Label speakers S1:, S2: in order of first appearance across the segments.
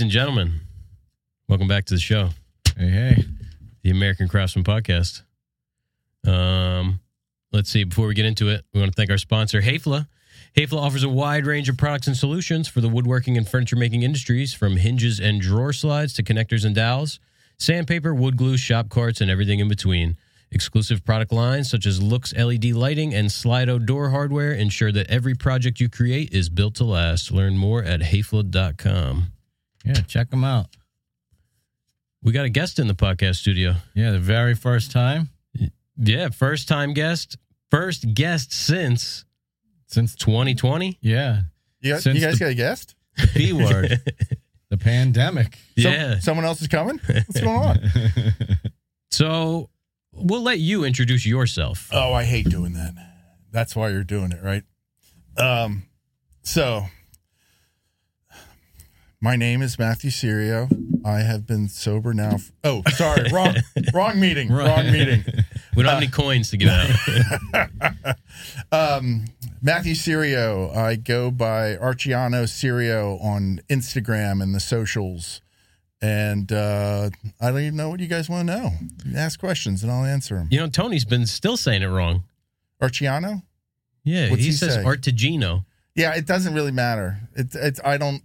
S1: and gentlemen, welcome back to the show,
S2: Hey, hey.
S1: the American Craftsman Podcast. Um, let's see. Before we get into it, we want to thank our sponsor, Hayfla. Hayfla offers a wide range of products and solutions for the woodworking and furniture making industries, from hinges and drawer slides to connectors and dowels, sandpaper, wood glue, shop carts, and everything in between. Exclusive product lines such as Lux LED lighting and Slido door hardware ensure that every project you create is built to last. Learn more at hayfla.com.
S2: Yeah, check them out.
S1: We got a guest in the podcast studio.
S2: Yeah, the very first time
S1: Yeah, first time guest, first guest since
S2: since
S1: 2020.
S2: yeah
S3: You, got,
S2: Since
S3: you guys
S2: the-
S3: got a guest?
S2: the P word, the pandemic.
S3: Some-
S1: yeah.
S3: someone else is coming? What's going on?
S1: So we'll let you introduce yourself.
S2: Uh,
S3: oh, I hate doing that. That's why you're doing it, right? Um, so, my name is Matthew Sirio. I have been sober now. f oh, sorry. Wrong, wrong meeting. Wrong meeting.
S1: we don't have any
S2: uh,
S1: coins to give out.
S3: um, Matthew Sirio. I go by Arciano Sirio on Instagram and the socials. And uh, I don't even know what you guys want to know. Ask questions and I'll answer them.
S1: you know, Tony's been still saying it wrong.
S3: Arciano?
S1: Yeah,
S3: What's
S1: he,
S3: he
S1: says
S3: say?
S1: Artigino.
S3: Yeah, it doesn't really matter. It, it I don't.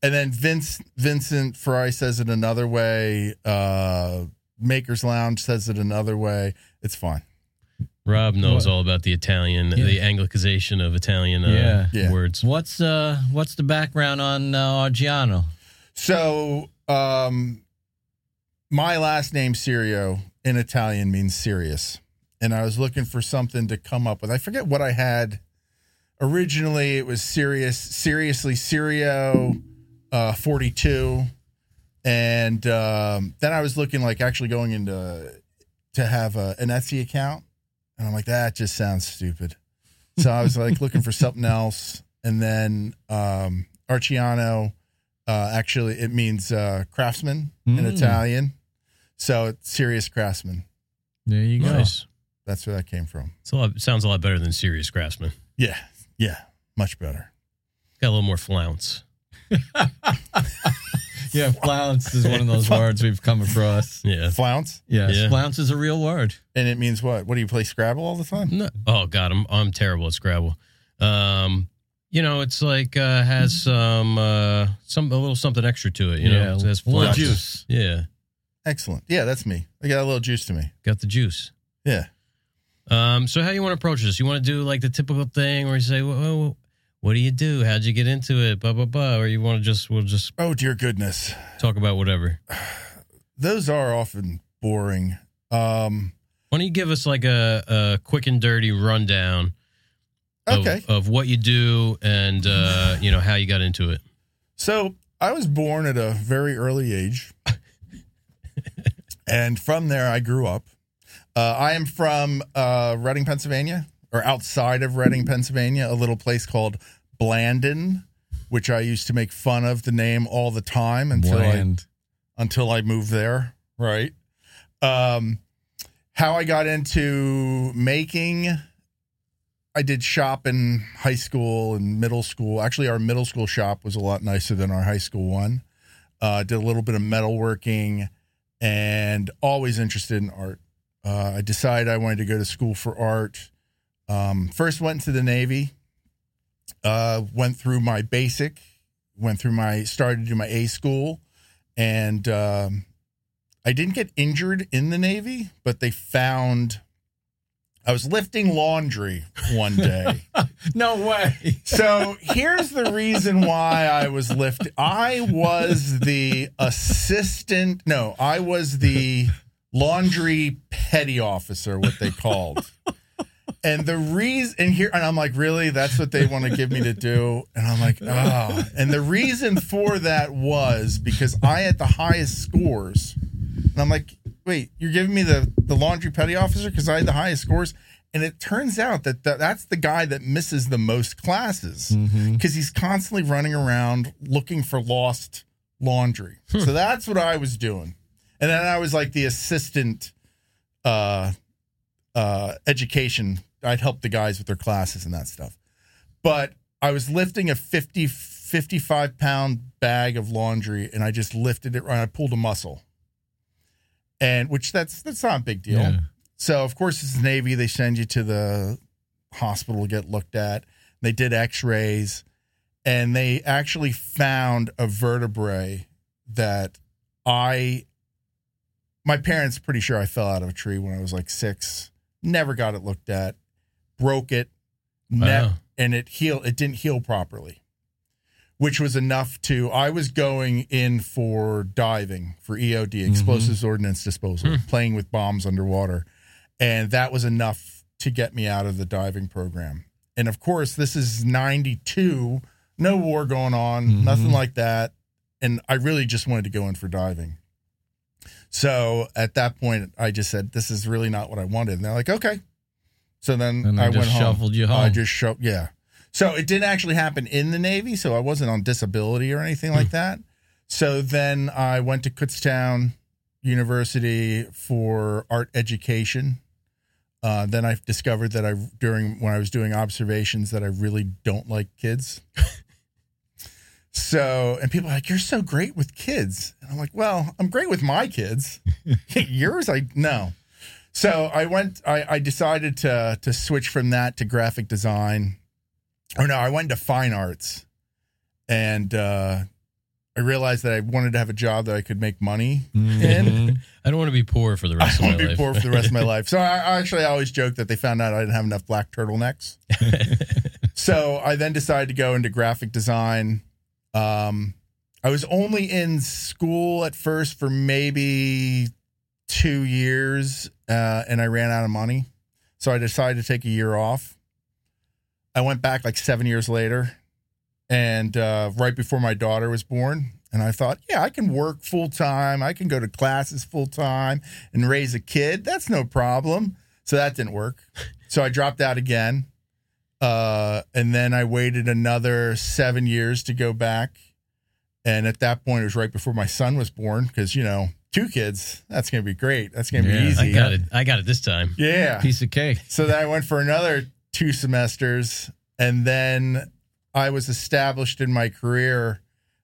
S3: And then Vince Vincent Fry says it another way. Uh, Maker's Lounge says it another way. It's fine.
S1: Rob knows
S2: What?
S1: all about the Italian,
S2: Yeah.
S1: the Anglicization of Italian uh,
S3: Yeah. Yeah.
S1: words.
S2: What's uh what's the background on uh, Argiano?
S3: So, um, my last name Sirio in Italian means serious, and I was looking for something to come up with. I forget what I had originally. It was serious, seriously Sirio, uh, forty-two, and um, then I was looking like actually going into to have a, an Etsy account, and I'm like that just sounds stupid. So I was like looking for something else, and then um, Arciano uh, actually it means uh, craftsman in
S2: Mm.
S3: Italian. So it's serious craftsman.
S2: There you go.
S1: Nice.
S3: That's where that came from.
S1: It's a lot, sounds a lot better than Serious Craftsman.
S3: Yeah, yeah, much better.
S1: Got a little more flounce.
S2: Yeah, flounce is one of those words we've come across.
S1: Yeah.
S3: Flounce,
S2: Yes,
S1: Yeah.
S2: flounce is a real word.
S3: and it means what? What do you play Scrabble all the time?
S1: No. Oh God, I'm I'm terrible at Scrabble. Um, you know, it's like uh, has some uh, some a little something extra to it. You know, it has
S2: a little
S1: flash.
S2: juice.
S1: Yeah,
S3: Excellent. Yeah, that's me. I got a little juice to me.
S1: got the juice.
S3: Yeah.
S1: Um, so how you want to approach this? You want to do like the typical thing where you say, "Well, well, what do you do? How'd you get into it?" Blah blah blah. Or you want to just we'll just
S3: Oh dear goodness,
S1: talk about whatever.
S3: those are often boring. Um,
S1: Why don't you give us like a, a quick and dirty rundown? Of,
S3: okay.
S1: of what you do and uh, you know how you got into it.
S3: So I was born at a very early age. and from there, I grew up. Uh, I am from uh, Reading, Pennsylvania, or outside of Reading, Pennsylvania, a little place called Blandon, which I used to make fun of the name all the time until I
S2: Bland.
S3: until I moved there. Right. Um, how I got into making, I did shop in high school and middle school. Actually, our middle school shop was a lot nicer than our high school one. Uh, did a little bit of metalworking and always interested in art. Uh, I decided I wanted to go to school for art. Um, first went into the Navy, uh, went through my basic, went through my, started to do my A school and um, I didn't get injured in the Navy, but they found I was lifting laundry one day.
S2: No way.
S3: so here's the reason why I was lifting. I was the assistant. No, I was the laundry petty officer, what they called. And the reason, and here, and I'm like, really? That's what they want to give me to do? And I'm like, ah. And the reason for that was because I had the highest scores. And I'm like, wait, you're giving me the, the laundry petty officer because I had the highest scores? And it turns out that th- that's the guy that misses the most classes
S2: Mm-hmm.
S3: because he's constantly running around looking for lost laundry. So that's what I was doing. And then I was like the assistant uh, uh, education. I'd help the guys with their classes and that stuff. But I was lifting a 50 55 pound bag of laundry and I just lifted it right. I pulled a muscle. And which that's that's not a big deal.
S2: Yeah.
S3: So of course it's the Navy. They send you to the hospital to get looked at. They did X-rays, and they actually found a vertebrae that I. My parents pretty sure I fell out of a tree when I was like six. Never got it looked at. Broke it, ne-
S1: Wow.
S3: and it heal. It didn't heal properly, which was enough to. I was going in for diving for EOD,
S2: Mm-hmm.
S3: explosives ordnance disposal,
S2: Hmm.
S3: playing with bombs underwater and that was enough to get me out of the diving program. And of course, this is 92, no war going on,
S2: Mhm.
S3: nothing like that. And I really just wanted to go in for diving. So at that point, I just said, This is really not what I wanted. And they're like, Okay. So then
S2: And they
S3: I
S2: just
S3: went home.
S2: shuffled you home.
S3: I just sho yeah. So it didn't actually happen in the Navy, so I wasn't on disability or anything like that. So then I went to Kutztown University for art education. Uh, then I discovered that I during when I was doing observations that I really don't like kids. so and people are like, "You're so great with kids," and I'm like, "Well, I'm great with my kids. Yours, I no." So I went. I, I decided to to switch from that to graphic design, or no, I went to fine arts, and uh, I realized that I wanted to have a job that I could make money in.
S1: I don't want to be poor for the
S3: Mm-hmm. I
S1: rest of my
S3: want
S1: life.
S3: to be poor for the rest of my life. So I, I actually always joke that they found out I didn't have enough black turtlenecks. so I then decided to go into graphic design. Um, I was only in school at first for maybe two years, uh, and I ran out of money. So I decided to take a year off. I went back like seven years later, and uh, right before my daughter was born. And I thought, yeah, I can work full time. I can go to classes full time and raise a kid. That's no problem. So that didn't work. So I dropped out again. Uh, and then I waited another seven years to go back. And at that point, it was right before my son was born because, you know, two kids, that's going to be great. That's going to
S2: Yeah, I
S3: be easy.
S1: I got it. I got it this time.
S3: Yeah.
S2: Piece of cake.
S3: So then I went for another two semesters, and then I was established in my career.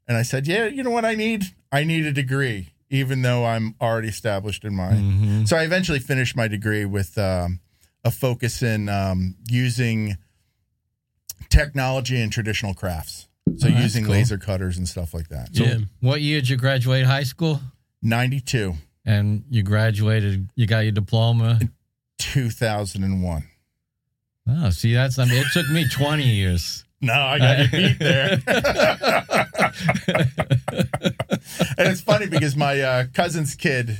S3: And I said, "Yeah, you know what I need? I need a degree, even though I'm already established in mine."
S2: Mhm.
S3: So I eventually finished my degree with um, a focus in um, using technology and traditional crafts. So
S2: Oh, that's
S3: using
S2: cool.
S3: laser cutters and stuff like that.
S1: Yeah.
S2: What year did you graduate high school?
S3: Ninety-two,
S2: And you graduated. You got your diploma.
S3: two thousand and one.
S2: Oh, see, that's. I mean, it took me twenty years.
S3: No, I got you beat there. and it's funny because my uh, cousin's kid,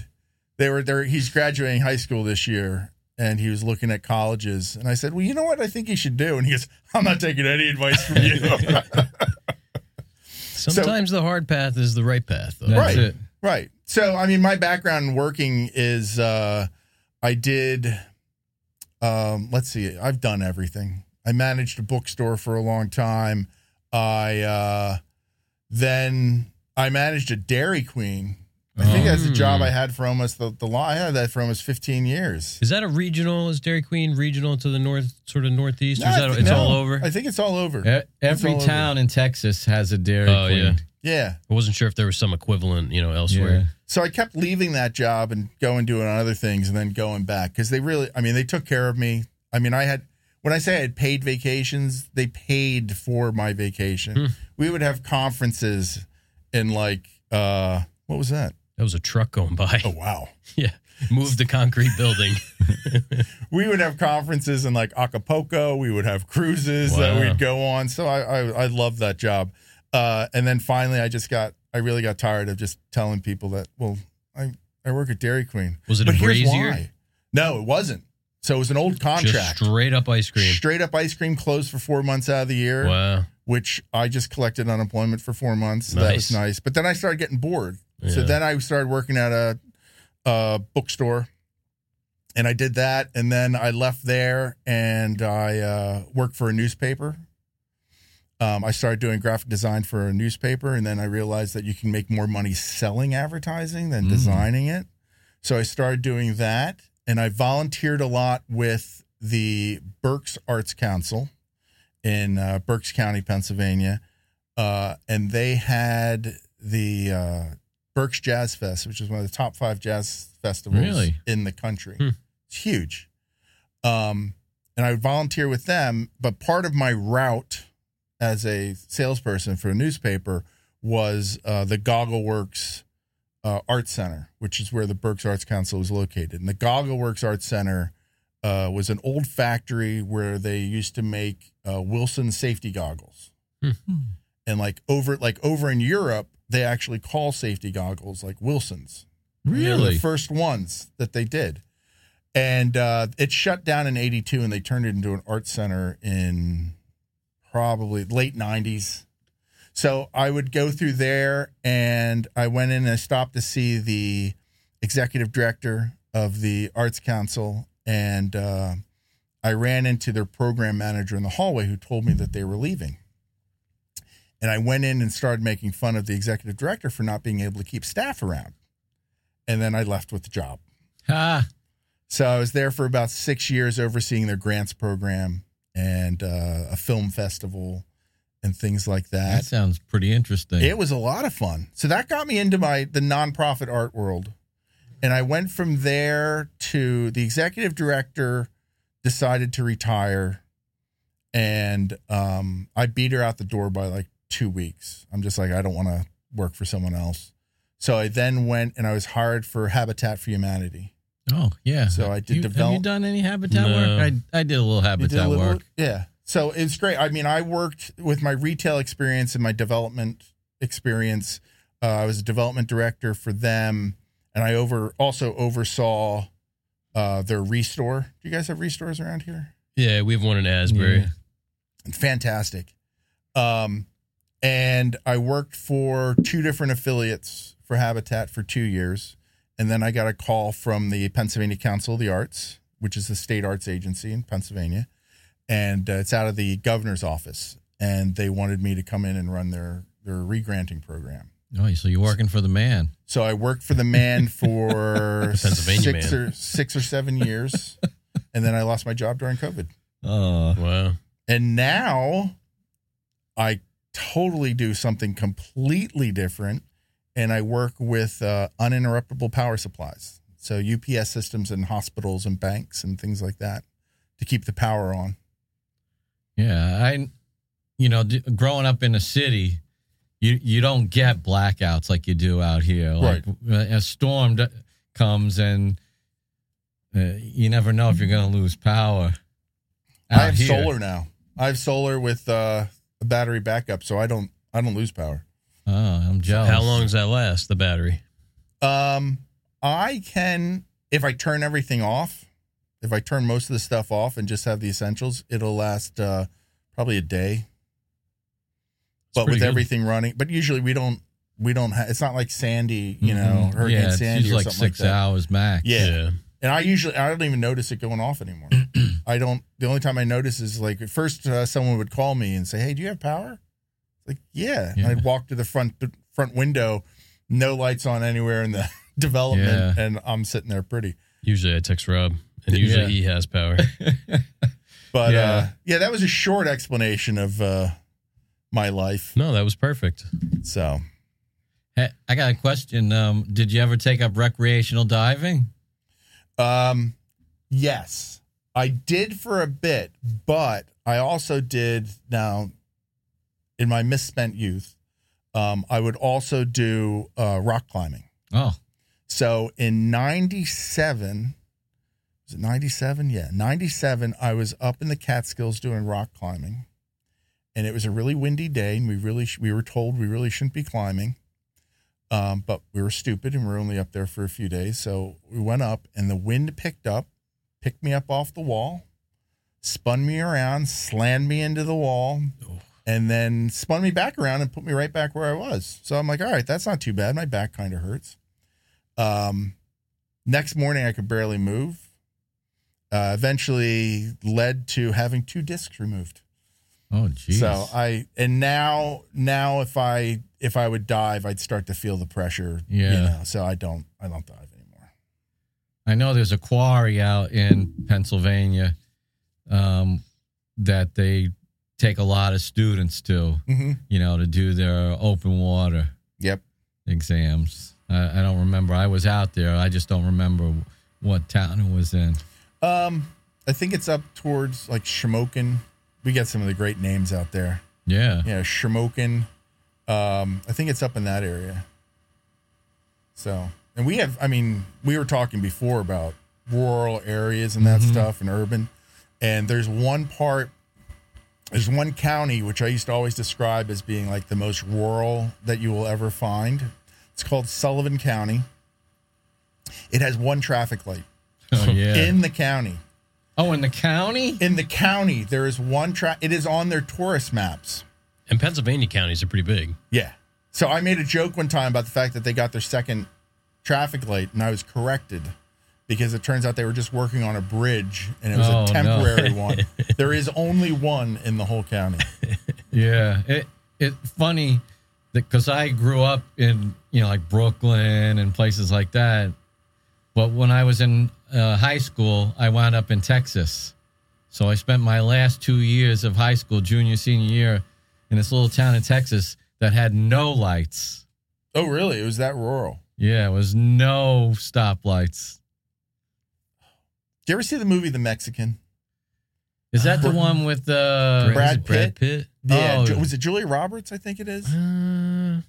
S3: they were there. He's graduating high school this year, and he was looking at colleges. And I said, "Well, you know what? I think you should do." And he goes, "I'm not taking any advice from you."
S1: Sometimes the hard path is the right path. Though.
S2: That's
S3: Right.
S2: it.
S3: Right. So, I mean, my background in working is uh, I did, um, let's see, I've done everything. I managed a bookstore for a long time. I uh, then I managed a Dairy Queen. I think that's a job
S1: Mm.
S3: I had for almost the, the law. I had that for almost 15 years.
S1: Is that a regional? Is Dairy Queen regional to the north, sort of northeast? Or is
S3: No, I
S1: that
S3: thi-
S1: it's all
S3: no,
S1: over?
S3: I think it's all over.
S2: E-
S3: It's all
S2: Every
S3: over.
S2: town in Texas has a Dairy
S1: Oh,
S2: Queen.
S1: yeah.
S3: Yeah.
S1: I wasn't sure if there was some equivalent, you know, elsewhere.
S3: So I kept leaving that job and going doing other things and then going back because they really, I mean, they took care of me. I mean, I had, when I say I had paid vacations, they paid for my vacation.
S1: Hmm.
S3: We would have conferences in like, uh, what was that?
S1: That was a truck going by.
S3: Oh, wow.
S1: Yeah, moved the concrete building.
S3: We would have conferences in like Acapulco. We would have cruises that
S1: Wow.
S3: we'd go on. So I, I, I loved that job. Uh, and then finally, I just got, I really got tired of just telling people that, well, I, I work at Dairy Queen.
S1: Was it a brazier?
S3: No, it wasn't. So it was an old
S1: Just
S3: contract.
S1: straight up ice cream.
S3: Straight up ice cream closed for four months out of the year,
S1: Wow.
S3: which I just collected unemployment for four months. So That
S1: Nice.
S3: was nice. But then I started getting bored. So
S1: Yeah.
S3: then I started working at a, a bookstore and I did that. And then I left there and I uh, worked for a newspaper. Um, I started doing graphic design for a newspaper. And then I realized that you can make more money selling advertising than
S2: Mm.
S3: designing it. So I started doing that. And I volunteered a lot with the Berks Arts Council in uh, Berks County, Pennsylvania. uh, and they had the uh, Berks Jazz Fest, which is one of the top five jazz festivals
S2: Really?
S3: in the country.
S1: Hmm.
S3: It's huge. Um, and I would volunteer with them, but part of my route as a salesperson for a newspaper was uh, the Goggle Works uh, Art Center, which is where the Berks Arts Council is located. And the Goggle Works Art Center uh, was an old factory where they used to make uh, Wilson safety goggles and like over like over in Europe, they actually call safety goggles like Wilsons. They were
S2: Really?
S3: the first ones that they did, and uh, it shut down in '82, and they turned it into an art center in probably late '90s. So I would go through there, and I went in and I stopped to see the executive director of the Arts Council, and uh, I ran into their program manager in the hallway, who told me that they were leaving. And I went in and started making fun of the executive director for not being able to keep staff around. And then I left with the job.
S2: Ah,
S3: So I was there for about six years overseeing their grants program and uh, a film festival and things like
S2: that
S3: that.
S2: sounds pretty interesting.
S3: It was a lot of fun. So that got me into my the nonprofit art world. And I went from there to the executive director decided to retire and um, I beat her out the door by like 2 weeks. I'm just like I don't want to work for someone else. So I then went and I was hired for Habitat for Humanity.
S2: oh, yeah.
S3: So I did
S2: You- Have you
S3: develop-
S2: done any habitat
S1: No.
S2: work? I, I did a little
S3: You did a
S2: habitat
S3: little-
S2: work.
S3: Yeah. So it's great. I mean, I worked with my retail experience and my development experience. Uh, I was a development director for them, and I over also oversaw uh, their restore. Do you guys have restores around here?
S1: Yeah, we have one in Asbury.
S2: Yeah.
S3: fantastic. Um, and I worked for two different affiliates for Habitat for two years. And then I got a call from the Pennsylvania Council of the Arts, which is the state arts agency in Pennsylvania. And uh, it's out of the governor's office. And they wanted me to come in and run their, their regranting program.
S2: Oh, so you're working for the man.
S3: So I worked for the man for
S1: Pennsylvania
S3: six,
S1: man.
S3: Or, six or seven years. and then I lost my job during COVID. Uh,
S2: Oh,
S1: Wow.
S3: And now I totally do something completely different and I work with uh, uninterruptible power supplies. So UPS systems in hospitals and banks and things like that to keep the power on.
S2: yeah. I, you know, d- growing up in a city, you you don't get blackouts like you do out here. Like right. a storm d- comes and uh, you never know if you're going to lose power.
S3: I
S2: out
S3: have
S2: here.
S3: solar now. I have solar with uh, a battery backup, so I don't I don't lose power.
S2: Oh, I'm jealous.
S1: How long does that last? The battery.
S3: Um, I can if I turn everything off, if I turn most of the stuff off and just have the essentials, it'll last uh, probably a day. but with
S1: pretty good.
S3: everything running, but usually we don't we don't have. It's not like Sandy, you know,
S2: Mhm.
S3: Hurricane
S2: yeah, it's
S3: Sandy
S2: usually
S3: or
S2: like
S3: something
S2: six
S3: like that.
S2: hours max.
S3: Yeah. And I usually I don't even notice it going off anymore. I don't. The only time I notice is like at first uh, someone would call me and say, "Hey, do you have power?" Like, yeah. And
S2: Yeah.
S3: I'd walk to the front the front window, no lights on anywhere in the development,
S2: Yeah.
S3: and I'm sitting there pretty.
S1: Usually I text Rob, and usually
S2: Yeah.
S1: he has power.
S3: But yeah, uh,
S2: Yeah.
S3: yeah that was a short explanation of uh, my life.
S1: No, that was perfect.
S3: So
S2: Hey, I got a question. Um, did you ever take up recreational diving?
S3: Um, yes, I did for a bit, but I also did now in my misspent youth. Um, I would also do uh, rock climbing.
S2: Oh,
S3: So in 97, was it 97? Yeah, 97, I was up in the Catskills doing rock climbing. And it was a really windy day, and we really sh- we were told we really shouldn't be climbing, um, but we were stupid, and we were only up there for a few days. So we went up, and the wind picked up, picked me up off the wall, spun me around, slammed me into the wall, and then spun me back around and put me right back where I was. So I'm like, all right, that's not too bad. My back kind of hurts. Um, next morning, I could barely move. Uh, eventually, led to having two discs removed.
S2: oh, jeez.
S3: So I and now now if I if I would dive, I'd start to feel the pressure. You
S2: Yeah.
S3: know, so I don't I don't dive anymore.
S2: I know there's a quarry out in Pennsylvania um, that they take a lot of students to,
S3: hmm
S2: you know, to do their open water
S3: Yep.
S2: exams. I, I don't remember. I was out there. I just don't remember what town it was in.
S3: Um, I think it's up towards like Shamokin. We got some of the great names out there.
S2: Yeah.
S3: Yeah, Shamokin. Um, I think it's up in that area. So, and we have, I mean, we were talking before about rural areas and that stuff and urban. And there's one part, there's one county which I used to always describe as being like the most rural that you will ever find. It's called Sullivan County. It has one traffic light
S2: Oh, yeah.
S3: in the county.
S2: oh, in the county?
S3: In the county, there is one track. It is on their tourist maps.
S1: And Pennsylvania counties are pretty big.
S3: Yeah. So I made a joke one time about the fact that they got their second traffic light, and I was corrected because it turns out they were just working on a bridge, and it was
S2: Oh, no.
S3: a temporary one. There is only one in the whole county.
S2: Yeah, it it funny because I grew up in you know like Brooklyn and places like that, but when I was in uh, high school, I wound up in Texas. So I spent my last two years of high school, junior senior year, in this little town in Texas that had no lights.
S3: Oh, really? It was that rural.
S2: Yeah, it was no stoplights.
S3: Did you ever see the movie The Mexican?
S2: Is that the
S3: Uh,
S2: one with the?
S3: Brad
S1: Is it Brad Pitt.
S3: Yeah.
S2: Oh.
S3: Uh, Ju- Was it Julia Roberts? I think it is.
S1: Uh,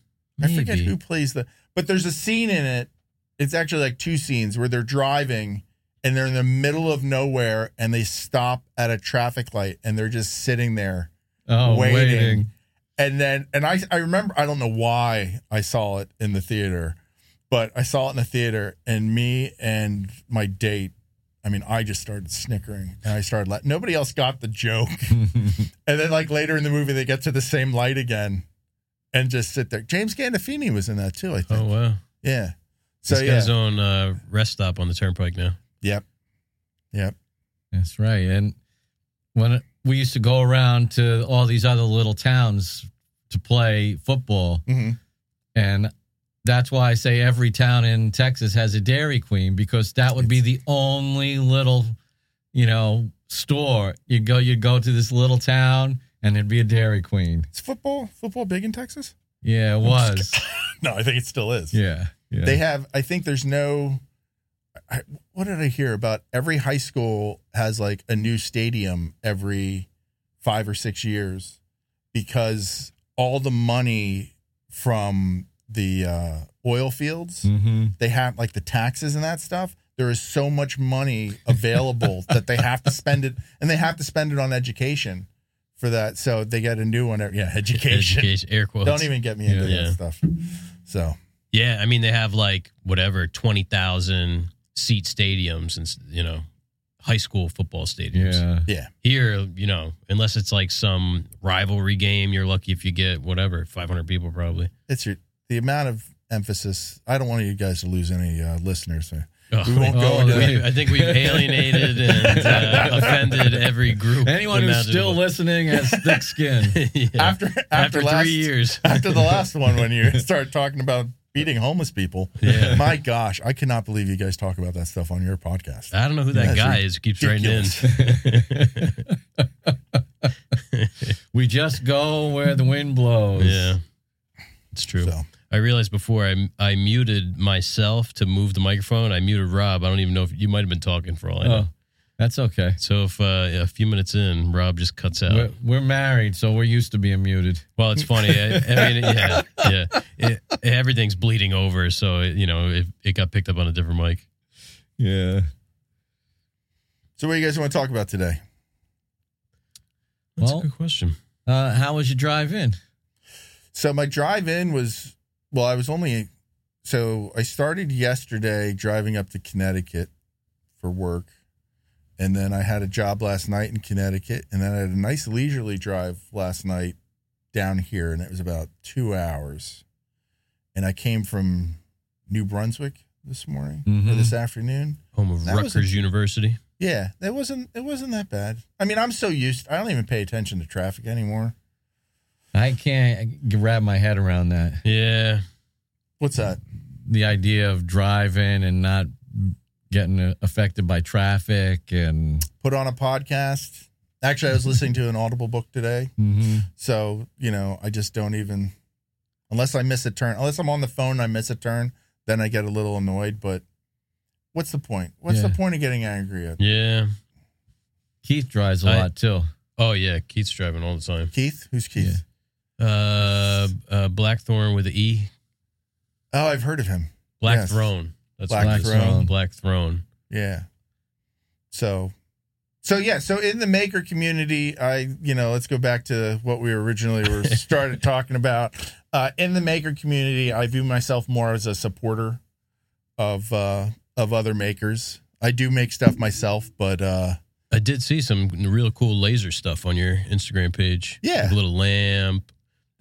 S3: I forget
S1: maybe.
S3: who plays the, but there's a scene in it. It's actually like two scenes where they're driving and they're in the middle of nowhere and they stop at a traffic light and they're just sitting there
S2: Oh,
S3: waiting.
S2: waiting.
S3: And then, and I, I remember, I don't know why I saw it in the theater, but I saw it in the theater and me and my date, I mean, I just started snickering and I started, la- nobody else got the joke. And then, like later in the movie, they get to the same light again, and just sit there. James Gandolfini was in that too, I think.
S1: Oh wow.
S3: Yeah. So
S1: This
S3: yeah.
S1: guy's on uh, rest stop on the turnpike now.
S3: yep. Yep.
S2: That's right. And when it- we used to go around to all these other little towns to play football,
S3: hmm
S2: and that's why I say every town in Texas has a Dairy Queen because that would be the only little, you know, store you go. You go to this little town, and there'd be a Dairy Queen.
S3: Is football football big in Texas?
S2: Yeah, it was.
S3: No, I think it still is.
S2: Yeah, yeah.
S3: They have. I think there's no. I, what did I hear about? Every high school has like a new stadium every five or six years because all the money from the uh, oil fields.
S2: hmm
S3: they have like the taxes and that stuff. There is so much money available that they have to spend it, and they have to spend it on education for that. So they get a new one. every- Yeah, education.
S1: Education, air quotes.
S3: Don't even get me into
S1: Yeah.
S3: that stuff. So
S1: Yeah, I mean they have like whatever twenty thousand seat stadiums and you know high school football stadiums.
S2: Yeah.
S3: yeah,
S1: Here, you know, unless it's like some rivalry game, you're lucky if you get whatever five hundred people probably.
S3: it's your the amount of emphasis. I don't want you guys to lose any uh, listeners. so
S1: Ugh.
S3: We won't
S2: Oh,
S3: go into
S2: that-
S3: that.
S1: We- I think we've alienated and uh, offended every group.
S2: Anyone who's still
S1: imaginable.
S2: listening has thick skin.
S1: Yeah. after,
S3: After after, last,
S1: three years.
S3: after the last one when you started talking about beating homeless people.
S1: Yeah.
S3: My gosh, I cannot believe you guys talk about that stuff on your podcast.
S1: I don't know who that
S3: That's
S1: guy is. who Keeps writing in.
S2: We just go where the wind blows.
S1: Yeah, it's true.
S3: So.
S1: I realized before I I muted myself to move the microphone. I muted Rob. I don't even know if you might have been talking for all I know.
S2: Oh, that's okay.
S1: So if uh, a few minutes in, Rob just cuts out.
S2: We're, we're married, so we're used to being muted.
S1: well, it's funny. I, I mean, yeah, yeah. It- everything's bleeding over, so it, you know it, it got picked up on a different mic.
S2: Yeah.
S3: So what do you guys want to talk about today?
S1: That's
S2: Well-
S1: a good question.
S2: Uh, how was your drive in?
S3: So my drive in was well, I was only so I started yesterday driving up to Connecticut for work. And then I had a job last night in Connecticut, and then I had a nice leisurely drive last night down here, and it was about two hours. And I came from New Brunswick this morning or
S2: Mhm.
S3: this afternoon.
S1: Home of
S3: That was
S1: Rutgers University.
S3: Yeah, that wasn't it wasn't that bad. I mean, I'm so used. I don't even pay attention to traffic anymore.
S2: I can't wrap my head around that.
S1: Yeah,
S3: What's that?
S2: The idea of driving and not getting uh, affected by traffic and
S3: Put on a podcast, Actually, I was listening to an Audible book today,
S2: Mm-hmm.
S3: so you know I just don't even unless I miss a turn. Unless I'm on the phone, and I miss a turn, then I get a little annoyed. But what's the point? What's
S2: Yeah.
S3: the point of getting angry at
S1: Yeah.
S2: Keith drives a
S1: I-
S2: lot too.
S1: Oh yeah, Keith's driving all the time.
S3: Keith? Who's Keith?
S1: Uh, uh Blackthorn with the E.
S3: Oh, I've heard of him.
S1: Black
S3: Yes.
S1: Throne. That's
S3: Black
S1: what it's
S3: Throne.
S1: called, Black Throne.
S3: Yeah. So, so yeah. So in the maker community, I you know let's go back to what we originally were started talking about. Uh, in the maker community, I view myself more as a supporter of uh, of other makers. I do make stuff myself, but uh,
S1: I did see some real cool laser stuff on your Instagram page.
S3: Yeah.
S1: Like a little lamp.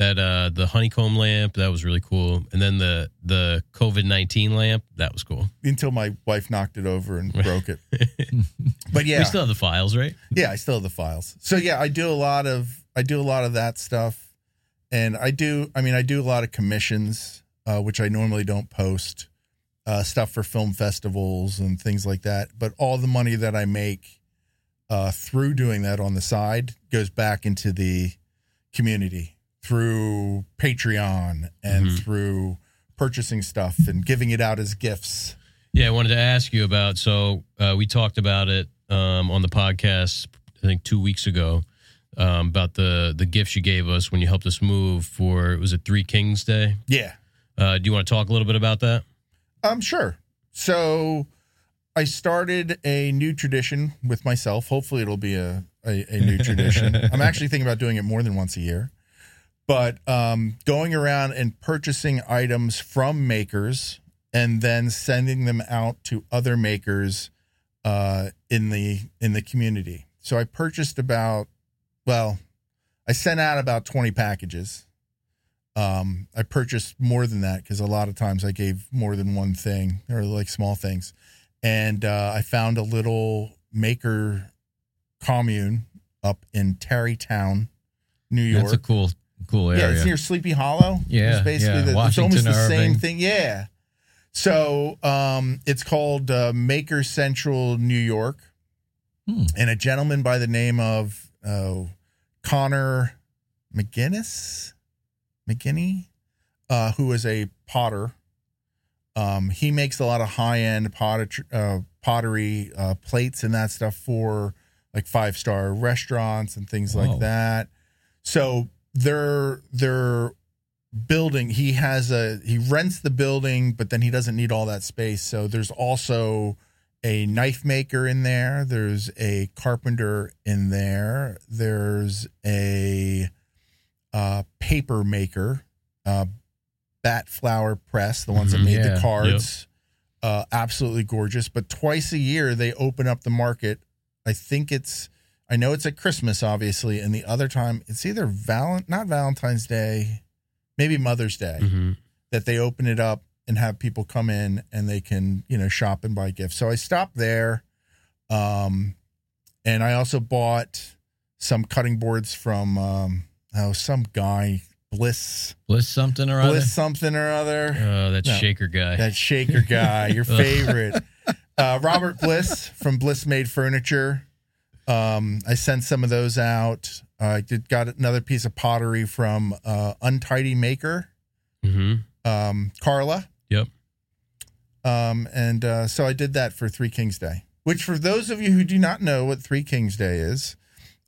S1: That uh the honeycomb lamp, that was really cool. And then the the COVID nineteen lamp, that was cool.
S3: until my wife knocked it over and broke it. But yeah,
S1: We still have the files, right?
S3: yeah i still have the files so yeah i do a lot of i do a lot of that stuff and i do i mean i do a lot of commissions uh, which i normally don't post uh, stuff for film festivals and things like that but all the money that i make uh, through doing that on the side goes back into the community through patreon and
S1: Mhm.
S3: through purchasing stuff and giving it out as gifts
S1: Yeah, I wanted to ask you about. So uh, we talked about it um, on the podcast, I think two weeks ago, um, about the the gifts you gave us when you helped us move for was it Three Kings Day?
S3: yeah
S1: Uh, do you want to talk a little bit about that?
S3: Um, sure. So I started a new tradition with myself. Hopefully, it'll be a, a, a new tradition. I'm actually thinking about doing it more than once a year, but um, going around and purchasing items from makers and then sending them out to other makers uh, in the in the community. So I purchased about, well, I sent out about 20 packages um, I purchased more than that because a lot of times I gave more than one thing or like small things. And uh, I found a little maker commune up in Tarrytown, New York.
S2: That's a cool, cool
S3: yeah,
S2: area.
S3: it's near Sleepy Hollow.
S2: Yeah,
S3: it's
S2: yeah,
S3: basically The, it's almost
S2: Washington
S3: the same
S2: Irving.
S3: thing. Yeah. So um, it's called uh, Maker Central New York,
S2: Hmm.
S3: and a gentleman by the name of uh, Connor McGinnis, McGinney, uh, who is a potter. Um, he makes a lot of high end potter, uh, pottery uh, plates and that stuff for like five star restaurants and things like
S2: Wow.
S3: that. So they're they're building he has a he rents the building but then he doesn't need all that space so there's also a knife maker in there there's a carpenter in there there's a uh, paper maker uh, bat flower press the ones
S1: Mhm.
S3: that made
S2: Yeah.
S3: the cards uh, absolutely gorgeous but twice a year they open up the market i think it's i know it's at christmas obviously and the other time it's either valent not valentine's day maybe Mother's Day
S1: Mm-hmm.
S3: that they open it up and have people come in and they can you know shop and buy gifts. So I stopped there, um, and I also bought some cutting boards from um, oh some guy Bliss
S2: Bliss something or other.
S3: Bliss something or other
S1: Uh, that
S3: No.
S1: shaker guy.
S3: that shaker guy your favorite uh, Robert Bliss from Bliss Made Furniture. Um, I sent some of those out. I did got another piece of pottery from uh, Untidy Maker
S1: mm-hmm.
S3: um, Carla.
S1: Yep.
S3: Um, and uh, so I did that for Three Kings Day, which for those of you who do not know what Three Kings Day is,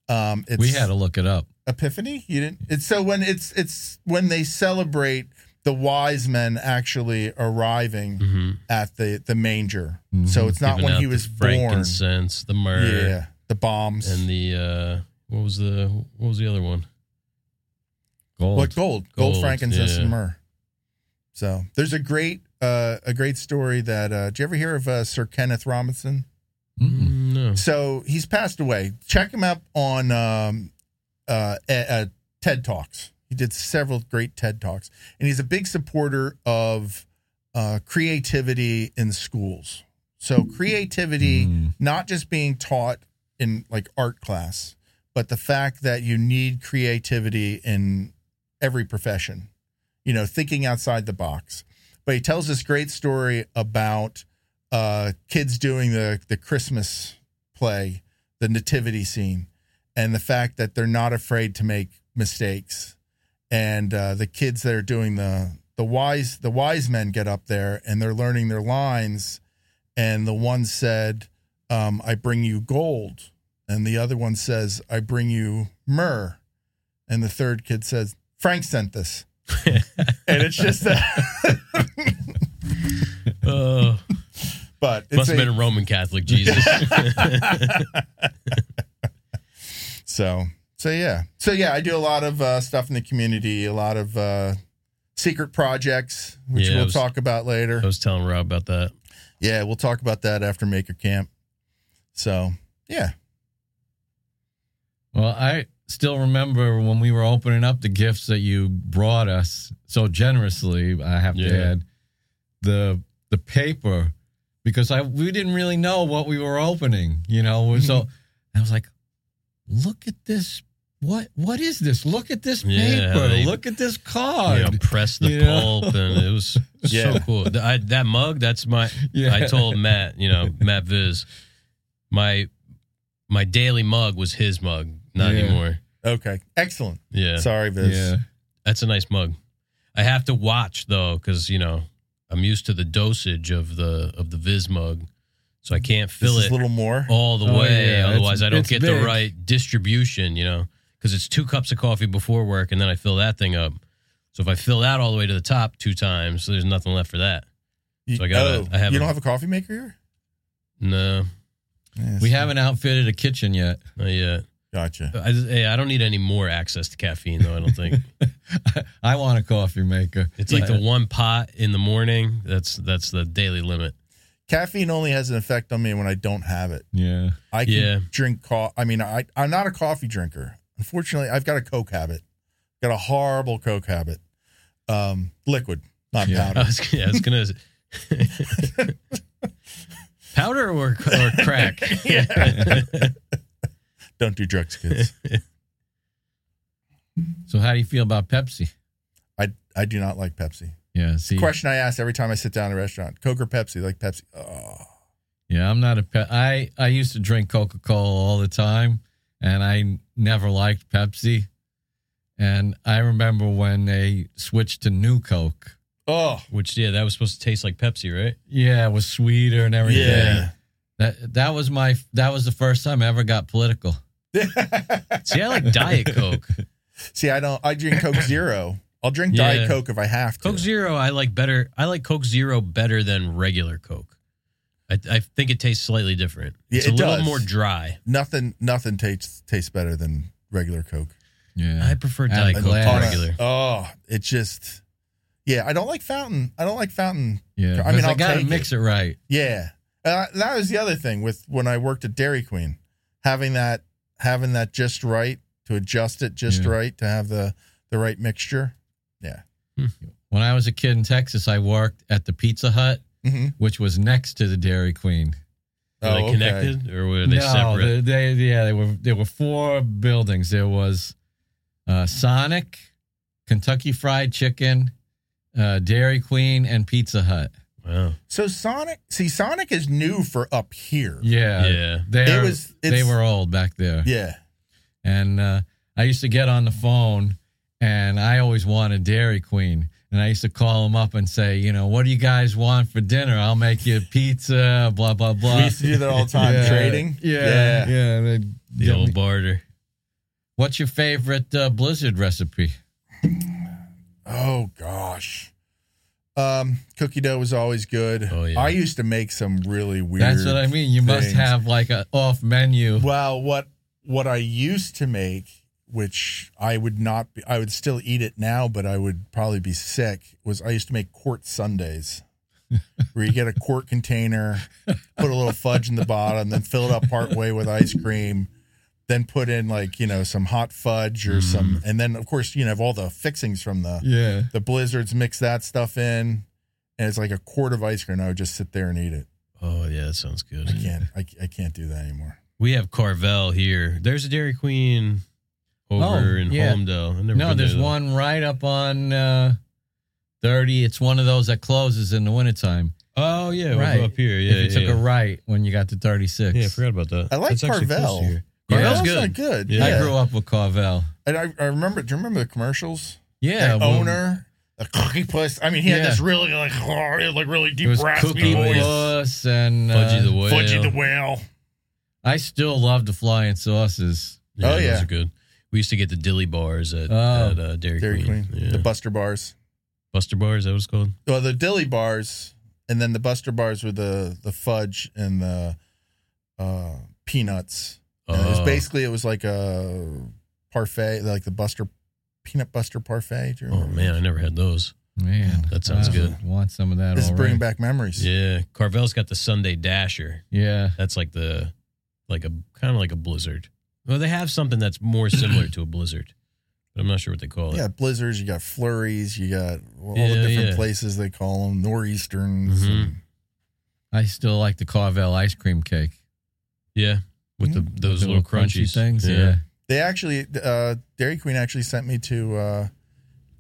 S3: um, it's
S2: we had to look it up.
S3: Epiphany. You didn't. It's so when it's it's when they celebrate the wise men actually arriving
S1: Mm-hmm.
S3: at the the manger.
S2: Mhm.
S3: So it's not when he was born.
S1: frankincense, the myrrh,
S3: Yeah, the bombs
S1: and the uh, what was the what was the other one?
S2: Gold.
S3: What gold? Gold,
S1: Gold,
S3: frankincense,
S1: yeah.
S3: and myrrh. So there's a great uh, a great story that uh, do you ever hear of uh, Sir Kenneth Robinson?
S2: Mm-mm.
S1: No.
S3: So he's passed away. Check him out on um, uh, uh, uh, TED Talks. He did several great TED Talks, and he's a big supporter of uh, creativity in schools. So creativity
S2: Mm.
S3: not just being taught in like art class, but the fact that you need creativity in every profession, you know, thinking outside the box. But he tells this great story about uh, kids doing the, the Christmas play, the nativity scene. and the fact that they're not afraid to make mistakes. And uh, the kids that are doing the the wise the wise men get up there and they're learning their lines, and the one said, um, "I bring you gold," and the other one says, "I bring you myrrh," and the third kid says, "Frank sent this," and it's just that.
S1: Oh,
S3: but
S1: must have
S3: it's
S1: been
S3: a,
S1: a Roman Catholic Jesus.
S3: so so yeah so yeah i do a lot of uh, stuff in the community a lot of uh, secret projects which
S1: Yeah, I
S3: we'll
S1: was- Oh.
S3: talk about later
S1: I was telling Rob about that.
S3: yeah we'll talk about that after maker camp so yeah
S2: Well, I still remember when we were opening up the gifts that you brought us so generously. I have
S1: Yeah.
S2: to add the the paper because I we didn't really know what we were opening. You
S1: Mm-hmm.
S2: know, so I was like, "Look at this! What what is this? Look at this
S1: Yeah,
S2: paper!
S1: they-
S2: Look at this
S1: You know,
S2: card!"
S1: press the
S2: You know?
S1: pulp, and it was so
S3: Yeah.
S1: cool. Th- I, that mug, that's my.
S2: Yeah,
S1: I told Matt, you know, Matt Viz, my my daily mug was his mug, not
S2: Yeah.
S1: anymore.
S3: okay excellent
S1: Yeah,
S3: sorry Viz.
S2: yeah,
S1: that's a nice mug. I have to watch though, because you know I'm used to the dosage of the of the Viz mug, so I can't
S3: this
S1: fill
S3: is
S1: it
S3: a little more
S1: all the
S2: Oh,
S1: way.
S2: yeah, it's-
S1: Otherwise, I don't
S2: it's
S1: get the
S2: big.
S1: right distribution, you know, because it's two cups of coffee before work and then I fill that thing up. So if I fill that all the way to the top two times, there's nothing left for that.
S3: You- oh,
S1: So I gotta- I have
S3: you
S1: a-
S3: don't have a coffee maker here
S1: No,
S3: Yes.
S2: we haven't outfitted a kitchen yet.
S1: not yet.
S3: gotcha
S1: I, hey, I don't need any more access to caffeine, though, I don't think.
S2: I want a coffee maker.
S1: It's like the one pot in the morning. That's that's the daily limit.
S3: caffeine only has an effect on me when i don't have it
S2: yeah.
S3: i can
S1: Yeah.
S3: drink coffee i mean I, i'm not a coffee drinker unfortunately i've got a coke habit got a horrible coke habit um liquid not
S2: Yeah.
S1: I
S3: powder
S1: was, yeah, I was gonna powder or or crack.
S3: don't do drugs kids
S2: So how do you feel about Pepsi?
S3: i i do not like pepsi
S2: Yeah. See.
S3: question i ask every time i sit down at a restaurant coke or pepsi like pepsi oh
S2: Yeah, I'm not a pe- I I used to drink Coca-Cola all the time and I never liked Pepsi. And I remember when they switched to New Coke.
S3: oh
S1: Which yeah, that was supposed to taste like Pepsi, right?
S2: Yeah, it was sweeter and everything.
S3: yeah
S2: That that was my that was the first time I ever got political.
S1: See, I like Diet Coke.
S3: see i don't i drink coke zero i'll drink
S1: Yeah.
S3: diet coke if i have to
S1: Coke Zero, I like better. I like Coke Zero better than regular Coke. I, I think it tastes slightly different.
S3: Yeah,
S1: it's a
S3: it
S1: little
S3: does.
S1: more dry.
S3: nothing nothing tastes tastes better than regular coke
S2: Yeah.
S1: I prefer
S2: And
S1: Diet
S2: the
S1: Coke to
S2: glass.
S1: regular.
S3: oh it just yeah i don't like fountain i don't like fountain
S2: yeah.
S3: I mean,
S2: 'Cause I
S3: I'll
S2: got to
S3: take
S2: mix it, right.
S3: Yeah, uh, that was the other thing with when I worked at Dairy Queen, having that having that just right to adjust it just
S2: Yeah.
S3: right to have the the right mixture.
S2: When I was a kid in Texas, I worked at the Pizza Hut,
S3: Mm-hmm. Oh,
S2: which was next to the Dairy Queen.
S1: Were they connected or were they
S2: no,
S1: separate?
S2: They, they- yeah, they were there were four buildings. There was uh, Sonic, Kentucky Fried Chicken, uh, Dairy Queen, and Pizza Hut.
S1: wow.
S3: So Sonic, see, Sonic is new for up here.
S2: Yeah,
S1: yeah.
S2: They
S3: It
S2: was
S3: was-
S2: they
S3: it's-
S2: were old back there.
S3: Yeah.
S2: And uh, I used to get on the phone, and I always wanted Dairy Queen. And I used to call them up and say, you know, what do you guys want for dinner? I'll make you pizza, blah blah blah.
S3: we used to do that all the time.
S2: Yeah.
S3: Trading.
S2: Yeah, yeah. they'd
S1: The
S2: get me-
S1: old barter.
S2: What's your favorite uh, Blizzard recipe?
S3: Oh gosh. Um, cookie dough was always good.
S1: Oh, yeah.
S3: I used to make some really weird.
S2: That's what I mean. You must
S3: things.
S2: have like a off menu.
S3: Well, what what I used to make, which I would not be, I would still eat it now, but I would probably be sick. Was I used to make quart sundays, where you get a quart container, put a little fudge in the bottom, then fill it up partway with ice cream, then put in like you know some hot fudge or some, and then of course you know have all the fixings from the
S2: Yeah.
S3: the blizzards. Mix that stuff in, and it's like a quart of ice cream. I would just sit there and eat it.
S1: Oh yeah, that sounds
S3: I
S1: good.
S3: can't I, I can't do that anymore.
S1: We have Carvel here. There's a Dairy Queen over
S2: Oh,
S1: in
S2: yeah.
S1: Holmdel. I've never
S2: No,
S1: been
S2: there's
S1: there, though.
S2: one right up on uh, 30. It's one of those that closes in the wintertime.
S1: Oh yeah, we're
S2: Right.
S1: up here. Yeah,
S2: if you
S1: yeah,
S2: took
S1: yeah.
S2: a right when you got to 36.
S1: Yeah, I forgot about that.
S3: I like
S1: actually close
S3: Carvel.
S1: to here.
S2: Yeah.
S3: Carvel's
S1: That's good.
S3: not good.
S1: Yeah.
S2: I grew up with Carvel.
S3: And I, I remember. Do you remember the commercials?
S2: Yeah,
S3: the
S2: well,
S3: owner, the cookie puss. I mean, he had
S2: Yeah.
S3: this really like, like really
S2: It
S3: deep
S2: was
S3: raspy
S2: Cookie
S1: Boys.
S3: voice.
S2: Puss and
S1: Fudgy
S2: uh,
S1: the Whale.
S3: Fudgy the whale.
S2: I still love the flying saucers.
S1: Yeah,
S3: Oh,
S1: those
S3: yeah.
S1: are good. We used to get the dilly bars at,
S2: Oh.
S1: at uh, Dairy,
S3: Dairy Queen.
S1: Yeah.
S3: The Buster bars.
S1: Buster bars, is that what it's called?
S3: Well, the dilly bars, and then the Buster bars were the the fudge and the uh, peanuts. And it was
S1: Oh.
S3: basically it was like a parfait, like the Buster peanut Buster parfait. Do you
S1: Oh
S3: remember?
S1: man, I never had those.
S2: Man,
S1: That sounds
S2: I
S1: good.
S2: Want some of that?
S3: this is bringing
S2: already.
S3: back memories.
S1: Yeah, Carvel's got the Sunday Dasher.
S2: Yeah,
S1: That's like the like a kind of like a blizzard. Well, they have something that's more similar to a blizzard, but I'm not sure what they call
S3: You
S1: it.
S3: got blizzards, you got flurries, you got all
S1: Yeah,
S3: the different
S1: yeah.
S3: places they call them, nor'easterns.
S1: Mhm.
S3: and-
S2: I still like the Carvel ice cream cake.
S1: Yeah, with the those
S2: Mm. The
S1: little,
S2: crunchy
S1: crunchies
S2: things. Yeah.
S3: They actually, uh, Dairy Queen actually sent me to uh,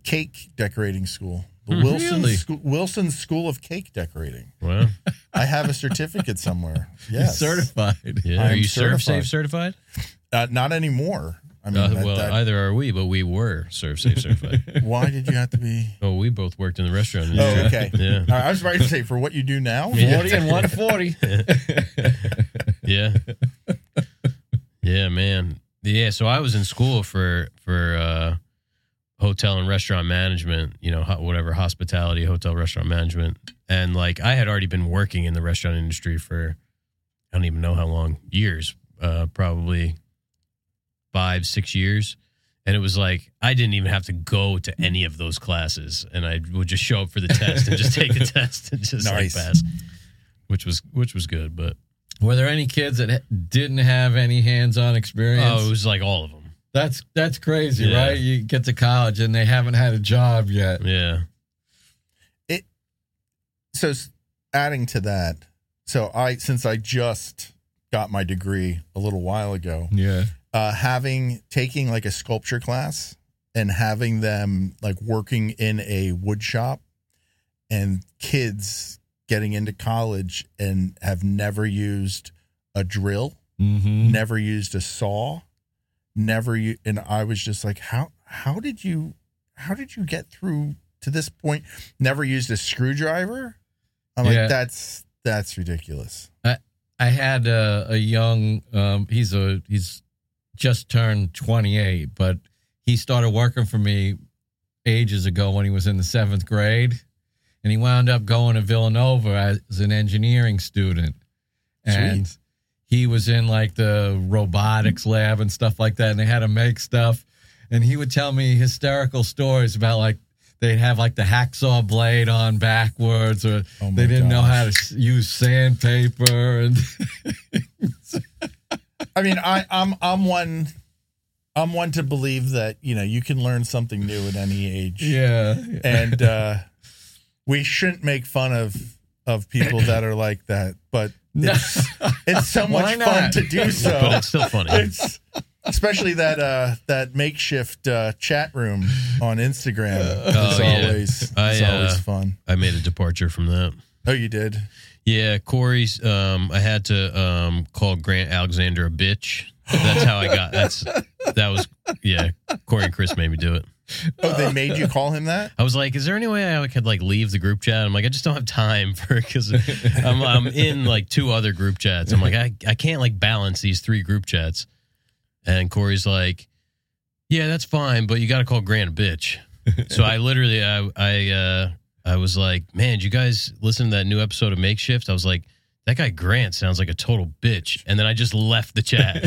S3: cake decorating school, the
S1: Hmm,
S3: Wilson
S2: really?
S3: Scho- Wilson School of Cake Decorating.
S1: Wow.
S3: I have a certificate somewhere.
S2: You're
S3: Yes,
S2: certified.
S1: Yeah.
S3: I
S1: Are
S3: am
S1: you Surf
S3: certified.
S1: Safe certified?
S3: Uh, not anymore. I mean,
S1: Uh,
S3: that-
S1: well,
S3: that-
S1: either are we, but we were Surf Safe certified.
S3: why did you have to be?
S1: oh, we both worked in the restaurant.
S3: Oh,
S1: industry.
S3: okay.
S1: Yeah.
S3: All right, I was about to say for what you do now.
S1: Yeah.
S2: Forty and one forty.
S1: yeah yeah man yeah so i was in school for for uh hotel and restaurant management you know ho- whatever hospitality hotel restaurant management and like i had already been working in the restaurant industry for i don't even know how long years uh probably five six years and it was like i didn't even have to go to any of those classes and i would just show up for the test and just take the test and just
S3: Nice.
S1: like pass which was which was good but
S2: Were there any kids that didn't have any hands-on experience?
S1: Oh, it was like all of them.
S2: That's that's crazy,
S1: Yeah.
S2: right? You get to college and they haven't had a job yet.
S1: Yeah.
S3: So, s- adding to that, so I since I just got my degree a little while ago,
S2: Yeah.
S3: uh, having taking like a sculpture class and having them like working in a wood shop and kids getting into college and have never used a drill
S2: Mm-hmm.
S3: never used a saw never u- and i was just like how how did you how did you get through to this point never used a screwdriver i'm
S2: Yeah.
S3: like that's that's ridiculous
S2: I had a, a young. Um, he's a he's just turned twenty eight, but he started working for me ages ago when he was in the seventh grade, and he wound up going to Villanova as an engineering student, and he was in like the robotics lab and stuff like that, and they had to make stuff, and he would tell me hysterical stories about like. They'd have like the hacksaw blade on backwards, or
S3: oh
S2: they didn't know how to s- use sandpaper and
S3: i mean i i'm i'm one i'm one to believe that you know you can learn something new at any age
S2: yeah
S3: and uh we shouldn't make fun of of people that are like that but
S2: No.
S3: it's, it's so
S2: Why
S3: much fun
S2: not?
S3: to do so
S1: But it's still funny.
S3: it's especially that uh that makeshift uh chat room on instagram
S1: Oh,
S3: is
S1: yeah.
S3: always
S1: I,
S3: is always
S1: uh,
S3: fun
S1: I made a departure from that.
S3: oh you did
S1: Yeah, Corey's um I had to um call Grant Alexander a bitch. That's how I got that's that was yeah, Corey and Chris made me do it.
S3: oh they made you call him that
S1: I was like, is there any way I could like leave the group chat? I'm like, I just don't have time for because I'm I'm in like two other group chats. I'm like, I, I can't like balance these three group chats. And Corey's like, yeah, that's fine, but you got to call Grant a bitch. So I literally I I uh, I was like, man, did you guys listen to that new episode of Makeshift? I was like, that guy Grant sounds like a total bitch. And then I just left the chat.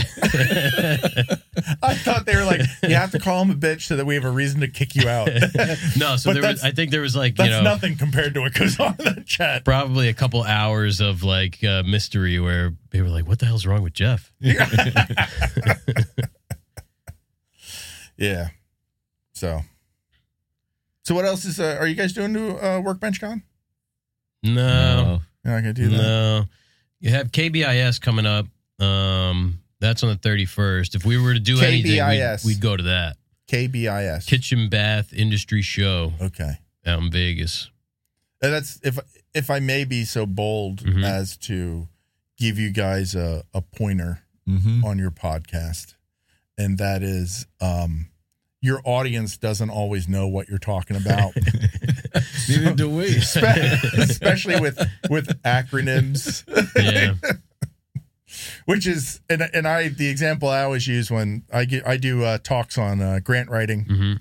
S3: i thought they were like you have to call him a bitch so that we have a reason to kick you out that's
S1: no, so
S3: But
S1: there was
S3: that's-
S1: I think there was like you know.
S3: nothing compared to what goes on in the chat
S1: probably a couple hours of like uh, mystery where they were like, "What the hell's wrong with Jeff?"
S3: yeah so so what else is uh, are you guys doing to uh, workbench con
S1: No,
S3: you're not gonna do that
S1: no. You have KBIS coming up. Um, that's on the thirty first. If we were to do anything,
S3: KBIS.
S1: we'd, we'd go to that
S3: kbis
S1: kitchen bath industry show
S3: okay
S1: out in Vegas.
S3: Uh, that's if if I may be so bold
S1: Mhm.
S3: as to give you guys a, a pointer
S2: Mm-hmm.
S3: on your podcast, and that is um, your audience doesn't always know what you're talking about,
S2: Neither do we.
S3: spe- especially with with acronyms,
S1: Yeah.
S3: which is and and I the example I always use when I get, I do uh, talks on uh, grant writing
S1: hmm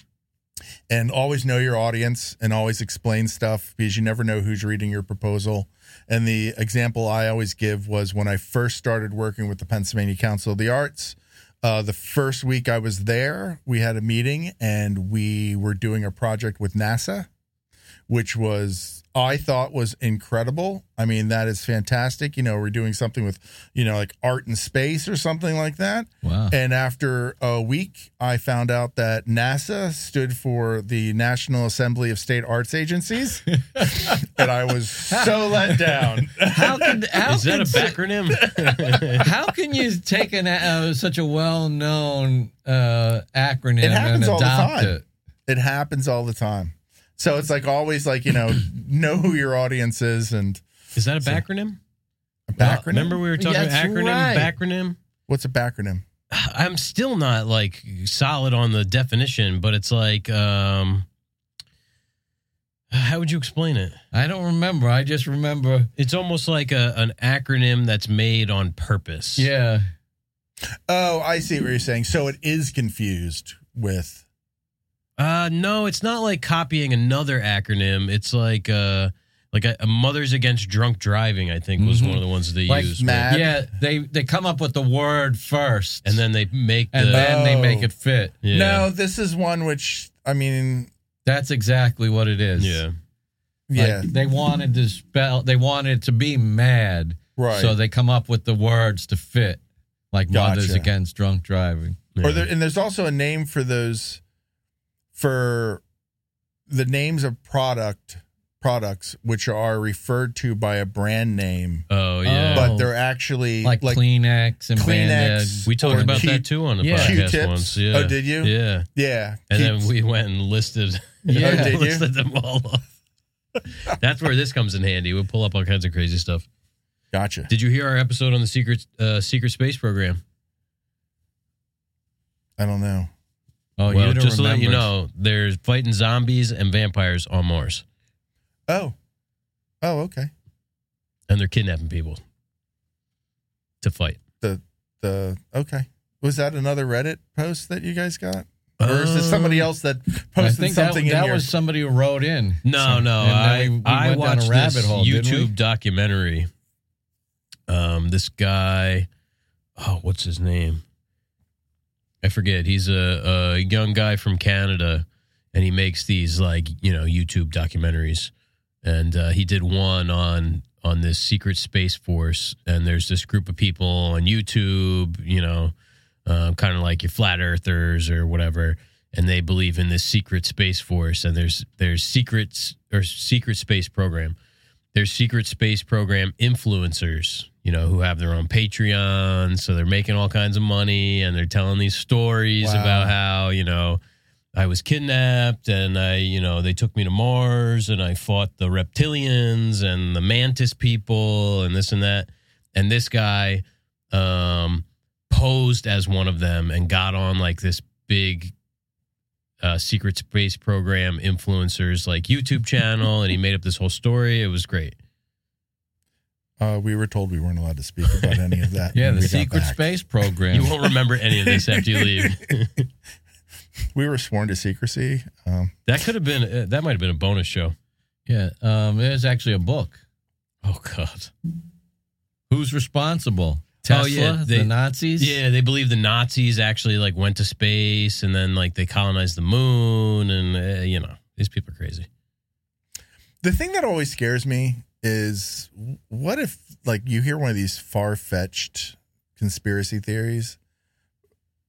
S3: and always know your audience and always explain stuff because you never know who's reading your proposal. And the example I always give was when I first started working with the Pennsylvania Council of the Arts. Uh, the first week I was there, we had a meeting and we were doing a project with NASA, which was I thought was incredible. I mean, that is fantastic. You know, we're doing something with, you know, like art in space or something like that.
S2: Wow.
S3: And after a week, I found out that NASA stood for the National Assembly of State Arts Agencies. and I was so let down.
S2: How can how
S1: Is that
S2: can
S1: a backronym?
S2: how can you take an uh, such a well known uh, acronym
S3: It happens
S2: and
S3: all the
S2: adopt
S3: time.
S2: it?
S3: It happens all the time. So it's like always like, you know, know who your audience is and
S1: Is that a backronym?
S3: a backronym.
S1: Remember we were talking
S2: That's
S1: about acronym,
S2: right.
S1: backronym?
S3: What's a backronym?
S1: I'm still not like solid on the definition, but it's like, um, how would you explain it?
S2: I don't remember. I just remember.
S1: It's almost like a, an acronym that's made on purpose.
S2: Yeah.
S3: Oh, I see what you're saying. So it is confused with
S1: Uh, no, it's not like copying another acronym. It's like, uh, like a, a Mothers Against Drunk Driving, I think, was
S3: Mm-hmm.
S2: Mhm.
S1: one of the ones they
S2: Like
S1: used.
S3: Mad- Ad-
S2: Yeah. They they come up with the word first,
S1: And then they make the.
S2: and then they
S3: Oh.
S2: make it fit.
S1: yeah,
S3: No, this is one which I mean,
S2: That's exactly what it is.
S1: Yeah.
S2: Like,
S3: yeah,
S2: they wanted to spell. They wanted to be mad.
S3: right.
S2: So they come up with the words to fit, like mothers
S3: Gotcha.
S2: against drunk driving.
S1: yeah.
S3: Or there, and there's also a name for those for the names of product products which are referred to by a brand name,
S1: oh, yeah.
S3: but they're actually
S2: Like,
S3: like,
S2: Kleenex and Band-Aids.
S3: Kleenex.
S1: we talked
S3: or
S1: about
S3: Q-
S1: that too on the
S2: Yeah.
S1: podcast
S3: Q-tips.
S1: once. Yeah.
S3: Oh, did you?
S1: Yeah.
S3: Yeah.
S1: And
S3: Keeps-
S1: then we went and listed,
S2: Yeah.
S3: Oh, did you?
S1: listed them all off. That's where this comes in handy. We'll pull up all kinds of crazy stuff.
S3: gotcha.
S1: Did you hear our episode on the secret uh, secret space program?
S3: I don't know.
S2: Oh,
S1: well,
S2: you don't
S1: just to let you
S2: remember.
S1: know, there's fighting zombies and vampires on Mars,
S3: Oh. Oh, okay.
S1: and they're kidnapping people to fight.
S3: The okay. Was that another Reddit post that you guys got?
S2: Oh.
S3: Or is it somebody else that
S2: Uh, I
S3: posted
S2: think
S3: something
S2: that,
S3: in
S2: that
S3: your
S2: was somebody who wrote in.
S1: No,
S2: Some-
S1: no.
S2: and then
S1: I,
S2: we- we
S1: I
S2: went down a
S1: watched
S2: rabbit
S1: this
S2: hole, didn't we?
S1: YouTube documentary. Um, this guy, oh, what's his name? I forget. He's a, a young guy from Canada, and he makes these like you know YouTube documentaries, and uh, he did one on on this secret space force, and there's this group of people on YouTube, you know, um, kind of like your flat earthers or whatever, and they believe in this secret space force and there's there's secrets or secret space program there's secret space program influencers you know who have their own patreon so they're making all kinds of money and they're telling these stories
S3: Wow.
S1: about how you know i was kidnapped and i you know they took me to mars and i fought the reptilians and the mantis people and this and that and this guy um posed as one of them and got on like this big uh, secret space program influencers like YouTube channel, and he made up this whole story. It was great.
S3: uh, we were told we weren't allowed to speak about any of that.
S2: Yeah,
S3: when
S2: the
S3: we got
S2: secret
S3: back.
S2: space program.
S1: You won't remember any of this after you leave.
S3: We were sworn to secrecy. Um,
S1: That could have been. Uh, that might have been a bonus show.
S2: yeah, um, there's actually a book.
S1: Oh God.
S2: Who's responsible? Tesla,
S1: Oh, yeah, they-
S2: the Nazis.
S1: Yeah, they believe the Nazis actually like went to space, and then like they colonized the moon, and uh, you know these people are crazy.
S3: the thing that always scares me is what if like you hear one of these far-fetched conspiracy theories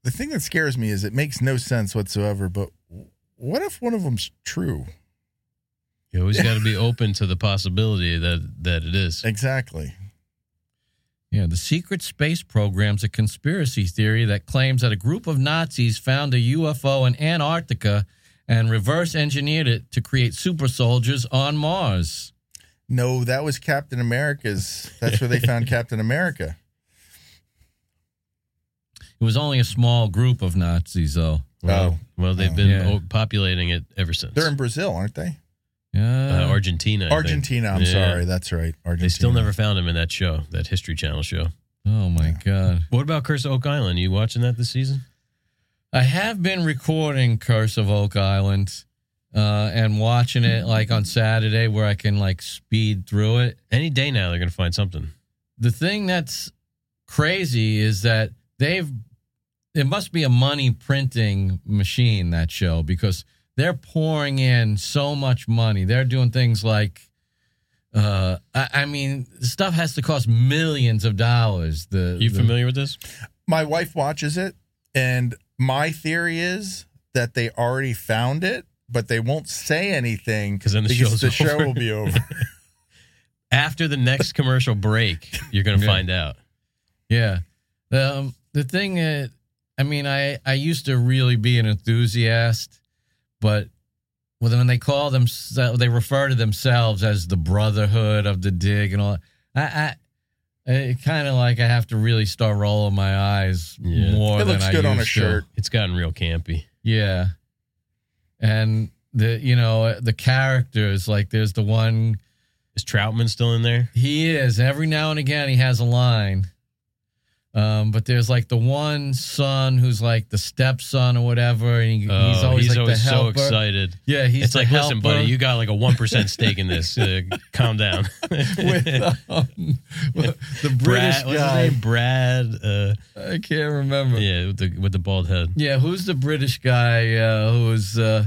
S3: the thing that scares me is it makes no sense whatsoever but what if one of them's true
S1: You always got to be open to the possibility that that it is.
S3: exactly
S2: Yeah, the secret space program's a conspiracy theory that claims that a group of Nazis found a UFO in Antarctica and reverse engineered it to create super soldiers on Mars.
S3: no that was captain america's that's where they found captain america
S2: It was only a small group of Nazis, though.
S1: Well,
S3: Oh.
S1: well, they've
S3: Oh.
S1: been
S2: Yeah.
S1: o- populating it ever since.
S3: They're in Brazil, aren't they?
S1: uh,
S2: Yeah.
S1: Argentina. I think.
S3: Argentina. I'm
S1: Yeah.
S3: sorry. That's right. Argentina.
S1: They still never found him in that show, that History Channel show.
S2: oh my god.
S1: What about Curse of Oak Island? You watching that this season?
S2: I have been recording Curse of Oak Island uh, and watching it like on Saturday where I can like speed through it.
S1: Any day now, they're going to find something.
S2: The thing that's crazy is that they've it must be a money printing machine that show because they're pouring in so much money. They're doing things like uh I, I mean stuff has to cost millions of dollars. The
S1: You
S2: the-
S1: familiar with this?
S3: My wife watches it, and my theory is that they already found it, but they won't say anything
S1: 'Cause then the show's
S3: because the show
S1: over.
S3: will be over.
S1: After the next commercial break, you're going to
S2: Yeah.
S1: find out.
S2: Yeah. The, um, the thing that, I mean, I, I used to really be an enthusiast, but well, when they call themselves, they refer to themselves as the Brotherhood of the Dig and all that. I, I it kind of like I have to really start rolling my eyes
S1: Yeah.
S2: more
S3: it
S2: than
S3: looks
S2: I
S3: good on a
S2: used to.
S3: shirt.
S1: It's gotten real campy.
S2: Yeah. And the, you know, the characters, like there's the one
S1: Is Troutman still in there?
S2: he is. Every now and again, he has a line. Um, but there's like the one son who's like the stepson or whatever, and he, he's
S1: Oh,
S2: always like the
S1: so
S2: helper.
S1: excited.
S2: Yeah, he's
S1: it's
S2: the
S1: like, listen, buddy,
S2: helper
S1: you got like a one percent stake in this. Uh, calm down.
S2: with, um, with the British
S1: Brad, what's
S2: guy.
S1: his name? Brad. Uh,
S2: I can't remember. Yeah.
S1: yeah, with the, with the bald head.
S2: who's the British guy uh, who's? Uh,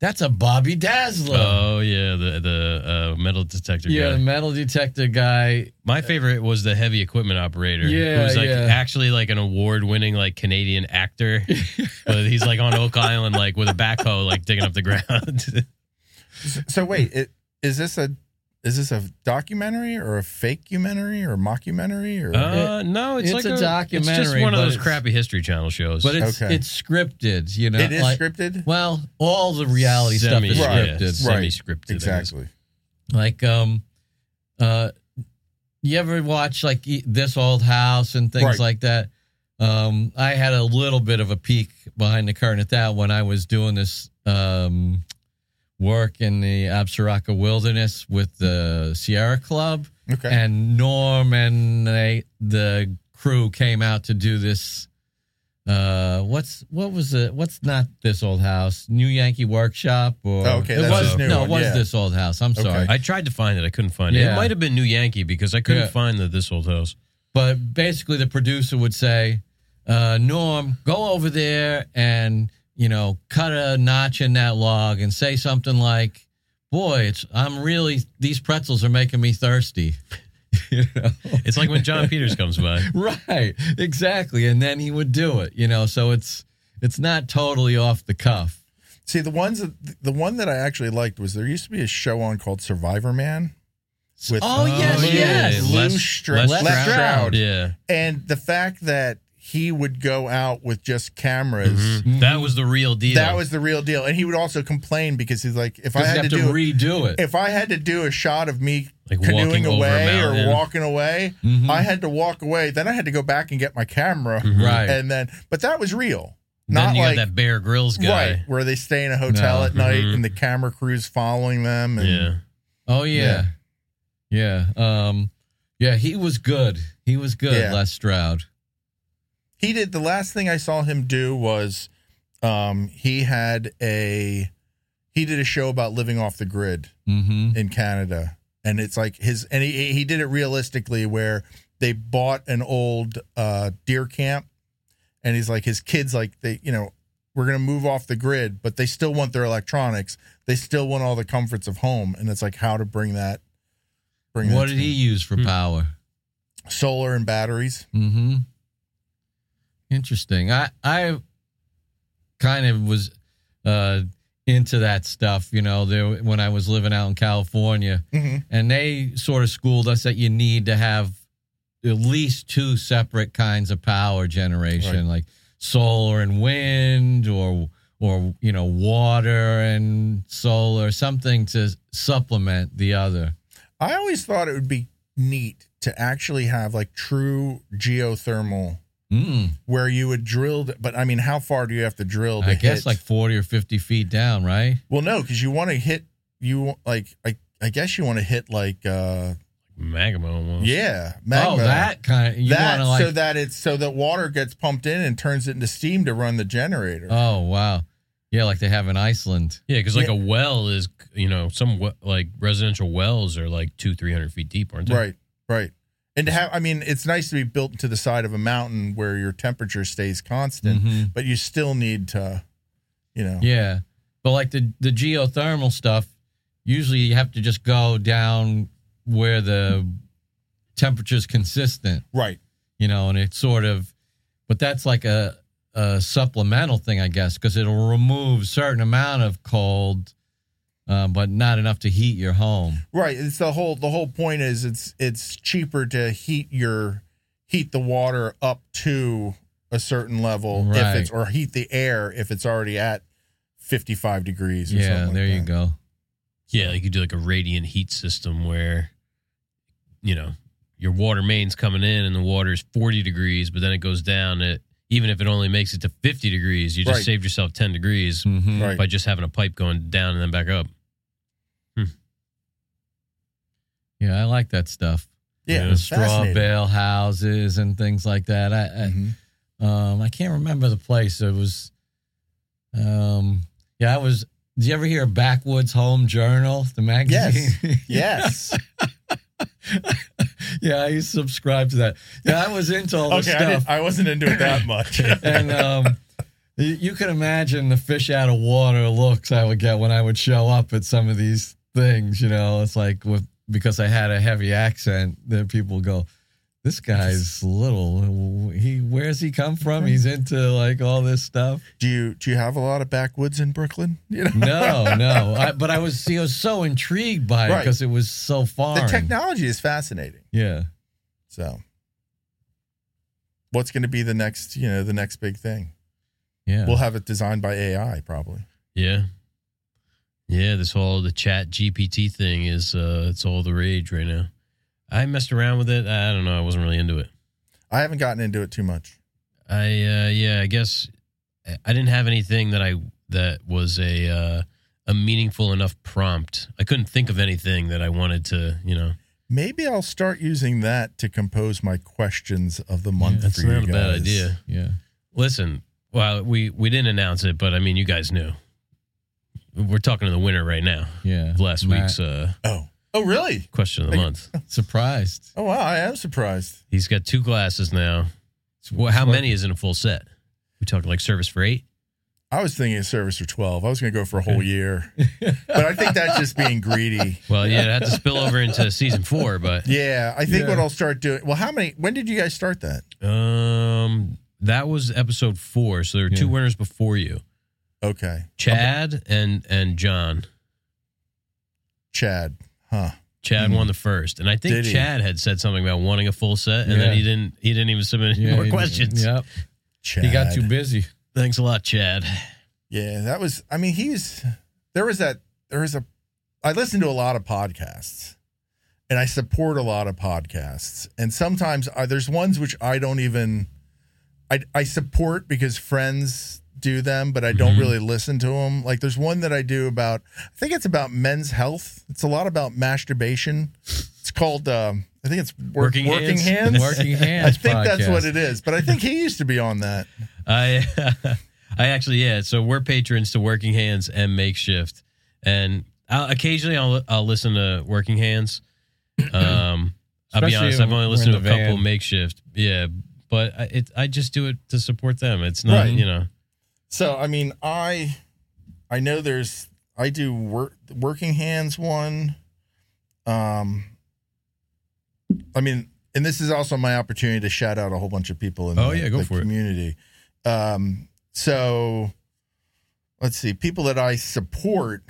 S2: that's a Bobby Dazzler.
S1: Oh yeah, the the uh, metal detector
S2: Um, yeah, the
S1: guy.
S2: metal detector guy.
S1: My favorite was the heavy equipment operator.
S2: Yeah,
S1: who's like
S2: yeah.
S1: actually like an award winning like Canadian actor, but he's like on Oak Island like with a backhoe like digging up the ground.
S3: So wait, it, is this a is this a documentary or a fakeumentary or mockumentary or
S1: uh, no, it's,
S2: It's
S1: like
S2: a
S1: It's just
S2: documentary,
S1: one of
S2: but
S1: those
S2: it's-
S1: crappy History Channel shows.
S2: But it's
S3: Okay.
S2: it's scripted, you know.
S3: it is
S2: like-
S3: scripted?
S2: Well, all the reality
S1: Semi-
S2: stuff
S3: Right.
S2: is
S1: yeah,
S2: scripted.
S1: semi-scripted, I guess.
S3: Exactly.
S2: like um uh you ever watch like E- this old house and things
S3: Right.
S2: like that um i had a little bit of a peek behind the curtain at that when i was doing this um work in the absaraka wilderness with the sierra club
S3: Okay.
S2: and norm and they, the crew came out to do this uh what's what was it what's not this old house new yankee workshop or
S3: Oh, okay,
S2: it
S3: that's
S2: was
S1: his
S3: new
S2: no
S3: one,
S2: it was
S3: yeah.
S2: this old house i'm
S3: Okay.
S2: sorry
S1: I tried to find it. I couldn't find it. It
S2: Yeah.
S1: might have been New Yankee because I couldn't
S2: Yeah.
S1: find the This Old House.
S2: But basically, the producer would say, uh, "Norm, go over there and you know cut a notch in that log and say something like." Boy, it's I'm really these pretzels are making me thirsty. you know?
S1: It's like when John Peters comes by.
S2: Right. Exactly. And then he would do it, you know. So it's it's not totally off the cuff.
S3: See the ones that the one that I actually liked was there used to be a show on called Survivor Man with
S2: Oh, yes,
S1: yeah.
S2: yes.
S1: Les-
S3: Lou Stroud.
S1: Les
S3: Les Stroud.
S1: Yeah.
S3: and the fact that he would go out with just cameras
S1: That was the real deal.
S3: that was the real deal and he would also complain because he's like if i
S2: 'Cause you
S3: had to
S2: have to,
S3: do
S2: redo it.
S3: if i had to do a shot of me
S1: Like walking
S3: canoeing
S1: over a
S3: away or
S1: mountain. Mm-hmm.
S3: walking away i had to walk away then i had to go back and get my camera
S2: Right.
S3: and then but that was real
S1: Then
S3: not
S1: you
S3: like
S1: got that Bear Grylls guy.
S3: right where they stay in a hotel
S2: No.
S3: at night
S1: Mhm.
S3: and the camera crews following them and
S1: Yeah.
S2: Oh yeah. yeah. Um yeah, he was good. He was good,
S3: Yeah.
S2: Les Stroud.
S3: he did the last thing I saw him do was um he had a he did a show about living off the grid
S2: Mhm.
S3: in Canada and it's like his and he he did it realistically where they bought an old uh deer camp and he's like his kids like they you know we're going to move off the grid but they still want their electronics they still want all the comforts of home and it's like how to bring that bring
S2: What
S3: that
S2: did
S3: to-
S2: he use for
S1: Hmm.
S2: power?
S3: solar and batteries
S2: Mm-hmm. Interesting. I I kind of was uh, into that stuff, you know, there when I was living out in California,
S3: Mhm.
S2: and they sort of schooled us that you need to have at least two separate kinds of power generation, like solar and wind, or or you know, water and solar, something to supplement the other.
S3: I always thought it would be neat to actually have like true geothermal
S2: Mm,
S3: where you would drill. th- But I mean, how far do you have to drill? To
S2: I guess
S3: hit?
S2: like 40 or 50 feet down, right?
S3: well, no, because you want to hit you like I I guess you want to hit like uh
S1: Magma almost.
S3: yeah magma.
S2: Oh, that kind of. You want
S3: That
S2: to like.
S3: so that it's so that water gets pumped in and turns it into steam to run the generator.
S2: oh, wow. Yeah, like they have in Iceland.
S1: Yeah, because like
S3: Yeah.
S1: a well is, you know, some we- like residential wells are like two, three hundred feet deep, aren't they?
S3: Right, right. And to have, I mean, it's nice to be built into the side of a mountain where your temperature stays constant,
S2: Mhm.
S3: but you still need to, you know,
S2: Yeah. But like the, the geothermal stuff, usually you have to just go down where the temperature's consistent.
S3: right,
S2: you know, and it sort of, but that's like a, a supplemental thing, I guess, because it'll remove certain amount of cold, uh, but not enough to heat your home.
S3: right. It's the whole the whole point is it's it's cheaper to heat your heat the water up to a certain level
S2: Right.
S3: if it's or heat the air if it's already at fifty five degrees. Or
S2: yeah,
S3: something like
S2: there you
S3: that.
S2: go.
S1: Yeah, you could do like a radiant heat system where, you know, your water main's coming in and the water is forty degrees, but then it goes down. It even if it only makes it to fifty degrees, you just
S3: Right.
S1: saved yourself ten degrees
S2: Mhm.
S3: Mm-hmm. Right.
S1: by just having a pipe going down and then back up.
S2: Yeah, I like that stuff.
S3: Yeah,
S2: The
S3: it's
S2: straw
S3: fascinating.
S2: bale houses and things like that. I, I
S3: Mhm.
S2: Um, I can't remember the place. It was, um, yeah, I was. Did you ever hear of Backwoods Home Journal, the magazine?
S3: Yes.
S2: yeah, I used to subscribe to that. Yeah, I was into all this
S3: okay, I,
S2: stuff.
S3: didn't, I wasn't into it that much.
S2: and um, you, you can imagine the fish out of water looks I would get when I would show up at some of these things. You know, it's like with because I had a heavy accent, that people would go, "This guy's little. He where's he come from? He's into like all this stuff."
S3: do you do you have a lot of backwoods in Brooklyn? You know,
S2: No, no, I, but I was I was so intrigued by it
S3: Right.
S2: because it was so foreign.
S3: the technology is fascinating.
S2: yeah.
S3: So, what's going to be the next, you know, the next big thing?
S2: Yeah.
S3: We'll have it designed by AI probably.
S1: Yeah. Yeah, this whole the chat GPT thing is uh it's all the rage right now. I messed around with it. I don't know, I wasn't really into it.
S3: I haven't gotten into it too much.
S1: I uh yeah, I guess I- I didn't have anything that I that was a uh a meaningful enough prompt. I couldn't think of anything that I wanted to, you know.
S3: Maybe I'll start using that to compose my questions of the month
S1: That's
S3: for you
S1: not a
S3: guys.
S1: bad idea.
S2: yeah.
S1: Listen, well, we we didn't announce it, but I mean, you guys knew. We're talking to the winner right now.
S2: Yeah.
S1: of Last
S2: Matt,
S1: week's uh
S3: Oh. Oh, really?
S1: question of the
S3: Okay.
S1: month.
S2: surprised.
S3: Oh, wow. I am surprised.
S1: He's got two glasses now. So wha- how many is in a full set? We talk like service for eight.
S3: I was thinking of service for 12. I was going to go for a whole year. but I think that's just being greedy.
S1: Well, yeah, it had to spill over into season four, but
S3: Yeah, I think
S2: Yeah.
S3: what I'll start doing. Well, how many? When did you guys start that?
S1: um, that was episode four. So there were two
S2: Yeah.
S1: winners before you,
S3: Okay.
S1: Chad and and John.
S3: Chad. Huh.
S2: Mm-hmm.
S1: Chad won the first, and I think
S3: Did he?
S1: Chad had said something about wanting a full set, and then
S2: Yeah.
S1: he didn't. He didn't even submit any
S2: Yeah,
S1: more
S2: he-
S1: questions.
S2: Yep.
S3: Chad.
S2: He got too busy.
S1: Thanks a lot, Chad.
S3: Yeah, that was. I mean, he's there was that there was a. I listen to a lot of podcasts, and I support a lot of podcasts, and sometimes I, there's ones which I don't even. I I support because friends do them, but I don't
S2: Mm-hmm.
S1: Mhm.
S3: really listen to them. Like there's one that I do about. I think it's about men's health. It's a lot about masturbation. It's called. Um, I think it's work,
S1: Working
S3: working,
S1: Hands?
S3: hands.
S2: Working hands.
S3: I think that's what
S2: podcast.
S3: it is, but I think he used to be on that.
S1: I I actually yeah. So we're patrons to Working Hands and Makeshift, and I'll, occasionally I'll I'll listen to Working Hands. Um, I'll be
S2: Especially
S1: honest, I've
S2: when
S1: only
S2: we're
S1: listened to a
S2: in the
S1: couple
S2: van.
S1: Makeshift. Yeah, but I, it I just do it to support them. It's not
S3: Right.
S1: you know
S3: So I mean, I I know there's I do work working hands one. Um, I mean, and this is also my opportunity to shout out a whole bunch of people in
S1: Oh,
S3: the,
S1: yeah, go
S3: the
S1: for it.
S3: community. Um, so let's see, people that I support.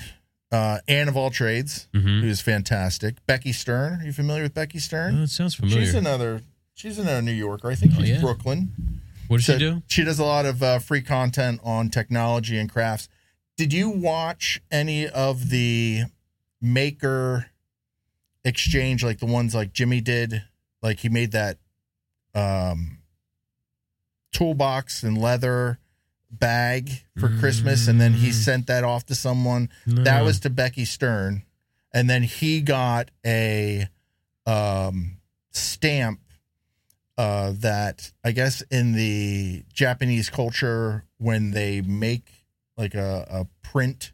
S3: Uh, Anne of all trades,
S1: Mhm.
S3: who's fantastic. Becky Stern, are you familiar with Becky Stern?
S1: oh, it sounds familiar.
S3: She's another, she's another New Yorker. I think
S1: Oh,
S3: she's
S1: yeah.
S3: Brooklyn.
S1: what does she
S3: So
S1: do?
S3: She does a lot of uh, free content on technology and crafts. Did you watch any of the maker exchange, like the ones like Jimmy did? Like he made that um, toolbox and leather bag for Christmas, and then he sent that off to someone. That
S2: Hmm.
S1: No.
S3: was to Becky Stern, and then he got a um, stamp uh, that I guess in the Japanese culture, when they make like a, a print,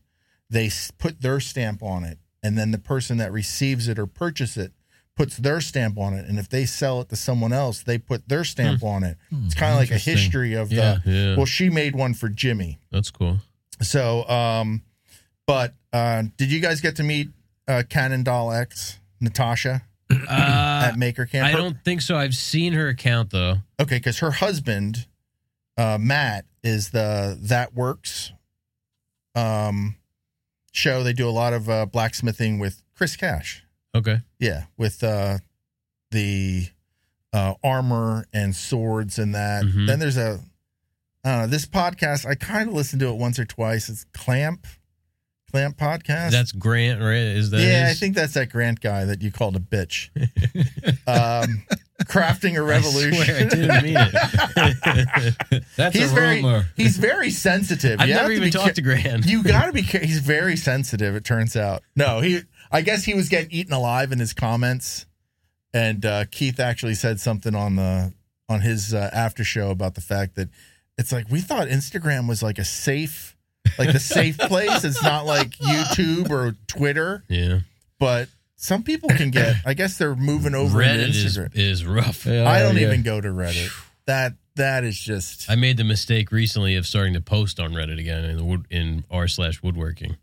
S3: they s- put their stamp on it, and then the person that receives it or purchase it puts their stamp on it, and if they sell it to someone else, they put their stamp on it. It's kind of like a
S2: Hmm. Interesting.
S3: history of the
S2: Yeah.
S1: Yeah,
S3: well, she made one for Jimmy.
S1: that's cool.
S3: So, um, but uh, did you guys get to meet uh, Canon Doll X Natasha
S1: Uh,
S3: at Maker Camp?
S1: I
S3: Her-
S1: don't think so. I've seen her account though.
S3: Okay, because her husband, uh, Matt, is the That Works um, show. They do a lot of uh, blacksmithing with Chris Cash.
S1: Okay.
S3: Yeah, with uh, the uh, armor and swords and that.
S1: Mhm.
S3: Then there's a uh, this podcast. I kind of listened to it once or twice. It's Clamp, Clamp podcast.
S1: That's Grant, right? Is that
S3: yeah, I
S1: his?
S3: think that's that Grant guy that you called a bitch. um, crafting a revolution.
S1: I swear I didn't mean it.
S2: That's
S3: He's
S2: a
S3: very-
S2: rumor.
S3: He's very sensitive.
S1: I've
S3: You have
S1: never
S3: to
S1: even
S3: be
S1: talked to Grant.
S3: You got to be. care- He's very sensitive. It turns out. No, he. I guess he was getting eaten alive in his comments, and uh, Keith actually said something on the on his uh, after show about the fact that it's like we thought Instagram was like a safe, like the safe place. It's not like YouTube or Twitter,
S1: yeah.
S3: but some people can get. I guess they're moving over to
S1: Reddit is,
S3: Instagram.
S1: is rough.
S3: I don't
S2: Oh, yeah.
S3: even go to Reddit. That that is just.
S1: I made the mistake recently of starting to post on Reddit again in the wood, in r slash woodworking.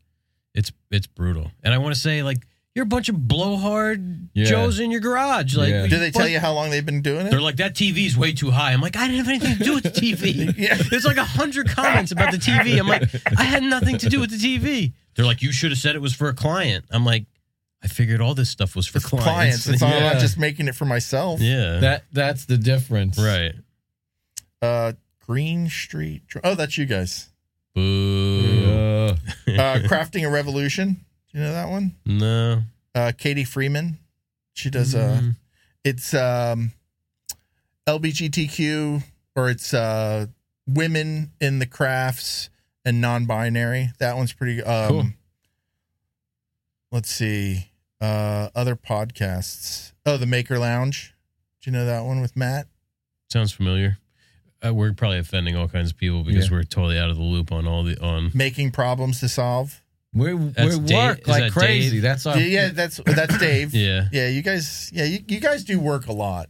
S1: It's it's brutal, and I want to say like you're a bunch of blowhard
S2: Yeah.
S1: Joes in your garage. Like,
S2: Yeah.
S3: do they tell you how long they've been doing it?
S1: They're like that TV's way too high. I'm like, I didn't have anything to do with the TV.
S3: Yeah.
S1: There's like a hundred comments about the TV. I'm like, I had nothing to do with the TV. They're like, you should have said it was for a client. I'm like, I figured all this stuff was for
S3: It's
S1: clients.
S3: clients. It's not I'm
S2: Yeah.
S3: just making it for myself.
S1: yeah,
S2: That that's the difference.
S1: right.
S3: Uh, Green Street. Dr- Oh, that's you guys.
S1: Boo.
S2: Uh,
S3: Uh, Crafting a Revolution. Do you know that one?
S1: No.
S3: Uh, Katie Freeman. She does. Uh,
S1: Mm.
S3: it's um, LBGTQ or it's uh, women in the crafts and non-binary. That one's pretty. Um,
S1: Cool.
S3: Let's see. Uh, other podcasts. Oh, the Maker Lounge. Do you know that one with Matt?
S1: sounds familiar. Uh, we're probably offending all kinds of people because we're totally out of the loop on all the on.
S3: Making problems to solve.
S2: we we
S1: That's
S2: work
S1: Dave- is
S2: like
S1: that
S2: crazy.
S1: Dave?
S2: That's our
S3: yeah, yeah, that's that's Dave.
S1: Oh. Yeah.
S3: Yeah, you guys. Yeah, you, you guys do work a lot.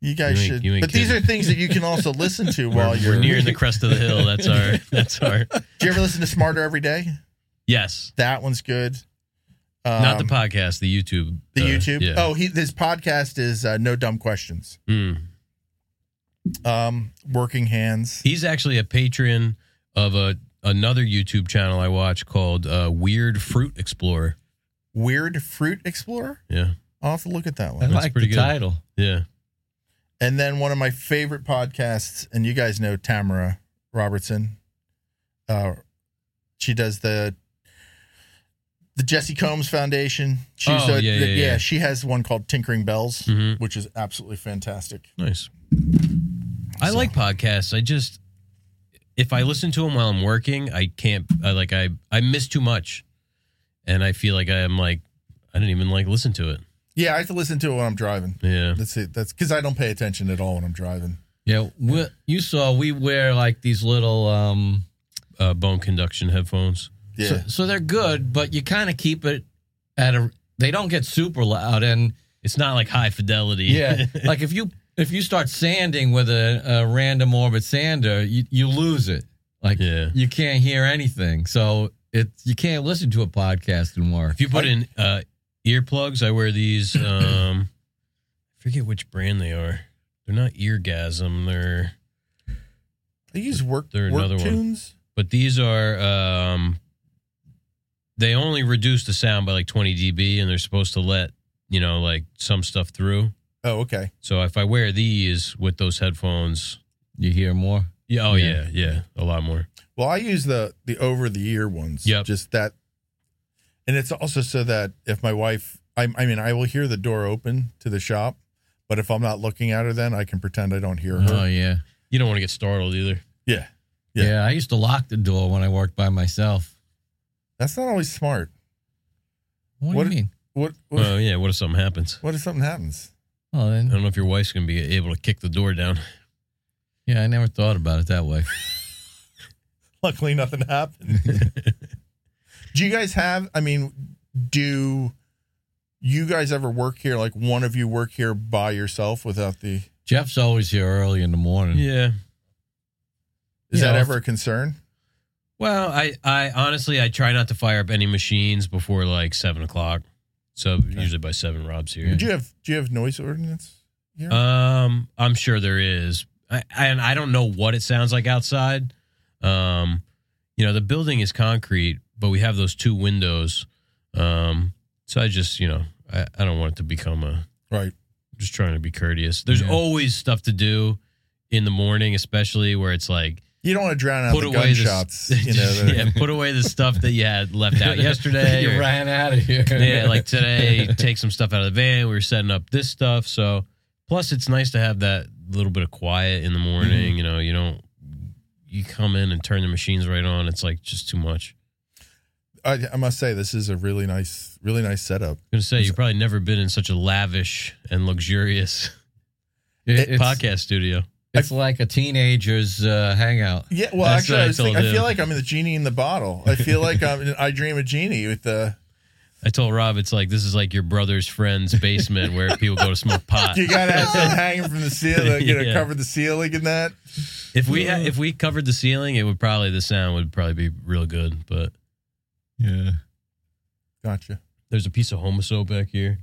S3: You guys
S1: You ain't-
S3: should.
S1: you ain't
S3: but these are
S1: kidding.
S3: things that you can also listen to
S1: We're,
S3: while
S1: we're
S3: you're.
S1: nearing the crest of the hill. That's our. That's our.
S3: Do you ever listen to Smarter Every Day?
S1: Yes.
S3: That one's good. Um,
S1: Not the podcast. The YouTube.
S3: the
S1: uh,
S3: YouTube.
S1: Yeah.
S3: Oh, he, his podcast is uh, No Dumb Questions.
S1: Mm.
S3: Um, working hands.
S1: He's actually a patron of a another YouTube channel I watch called uh, Weird Fruit Explorer.
S3: Weird Fruit Explorer.
S1: Yeah,
S3: I'll have to look at that
S2: I
S3: one.
S1: That's
S2: like
S1: pretty
S2: the
S1: good.
S2: title.
S1: yeah.
S3: And then one of my favorite podcasts, and you guys know Tamara Robertson. Uh, she does the the Jesse Combs Foundation. She's
S1: Oh,
S3: a-
S1: yeah,
S3: the-
S1: yeah, yeah.
S3: she has one called Tinkering Bells,
S1: Mhm.
S3: which is absolutely fantastic.
S1: Nice. I like podcasts. I just if I listen to them while I'm working, I can't. I like I I miss too much, and I feel like I am like I didn't even like listen to it.
S3: Yeah, I have to listen to it when I'm driving.
S1: Yeah.
S3: That's it. That's because I don't pay attention at all when I'm driving.
S2: Yeah, we, you saw we wear like these little. um
S1: Uh, bone conduction headphones.
S3: Yeah,
S2: so, so they're good, but you kind of keep it at a. They don't get super loud, and
S1: It's not like high fidelity.
S2: yeah, like if you if you start sanding with a, a random orbit sander, you, you lose it. Like
S1: yeah.
S2: you can't hear anything, so it you can't listen to a podcast and work.
S1: If you put in uh, earplugs, I wear these. Um, I forget which brand they are. They're not eargasm. They're
S3: I use work
S1: There another
S3: work
S1: one.
S3: tunes.
S1: but these are. Um, they only reduce the sound by like 20 dB, and they're supposed to let you know like some stuff through.
S3: Oh, okay.
S1: So if I wear these with those headphones,
S2: you hear more.
S1: yeah, oh yeah,
S2: Yeah.
S1: yeah, a lot more.
S3: Well, I use the the over the ear ones.
S1: Yep.
S3: Just that, and it's also so that if my wife, I, I mean, I will hear the door open to the shop, But if I'm not looking at her, then I can pretend I don't hear
S1: Uh-huh.
S3: her.
S1: Uh,
S2: Oh yeah.
S1: You don't want to get startled either.
S3: yeah,
S2: yeah,
S3: Yeah.
S2: I used to lock the door when I worked by myself.
S3: that's not always smart.
S2: What,
S3: What-
S2: do you mean?
S3: What? What,
S1: Oh yeah, what if something happens?
S3: what if something happens?
S2: Well,
S1: I
S2: then,
S1: don't know if your wife's gonna be able to kick the door down.
S2: yeah, I never thought about it that way.
S3: Luckily, nothing happened. do you guys have? I mean, do you guys ever work here? Like one of you work here by yourself without the?
S2: Jeff's always here early in the morning.
S1: Yeah.
S3: Is
S2: Yeah,
S3: that
S2: I'll-
S3: ever a concern?
S1: Well, I, I honestly I try not to fire up any machines before like seven o'clock. So usually by seven, Rob's here.
S3: Do you have Do you have noise ordinance here?
S1: Um, I'm sure there is, I, and I don't know what it sounds like outside. Um, you know, the building is concrete, but we have those two windows. Um, so I just, you know, I, I don't want it to become a.
S3: right.
S1: Just trying to be courteous. There's
S2: Yeah.
S1: always stuff to do in the morning, especially where it's like
S3: You don't want to drown out
S1: put
S3: the
S1: away the
S3: gunshots. you know. that-
S1: yeah, put away the stuff that you had left out yesterday.
S2: you
S1: or-
S2: ran out of here.
S1: yeah, like today, take some stuff out of the van. We were setting up this stuff. So, plus, it's nice to have that little bit of quiet in the morning.
S2: Mm-hmm.
S1: You know, you don't, you come in and turn the machines right on. It's like just too much.
S3: I, I must say this is a really nice, really nice setup.
S1: I'm going to say, you've probably never been in such a lavish and luxurious
S2: It- it's,
S1: podcast studio.
S2: It's like a teenager's uh, hangout.
S3: Yeah, well,
S1: That's
S3: actually,
S1: what
S3: I,
S1: I
S3: was thinking,
S1: told
S3: I feel
S1: him.
S3: like I'm the genie in the bottle. I feel like I'm in I Dream of Genie with the.
S1: I told Rob, it's like this is like your brother's friend's basement where people go to smoke pot.
S3: You gotta have something hanging from the ceiling, you know,
S1: Yeah.
S3: cover the ceiling and that.
S1: If we ha- if we covered the ceiling, it would probably the sound would probably be real good. But
S2: Yeah.
S3: Gotcha.
S1: there's a piece of homosoap back here.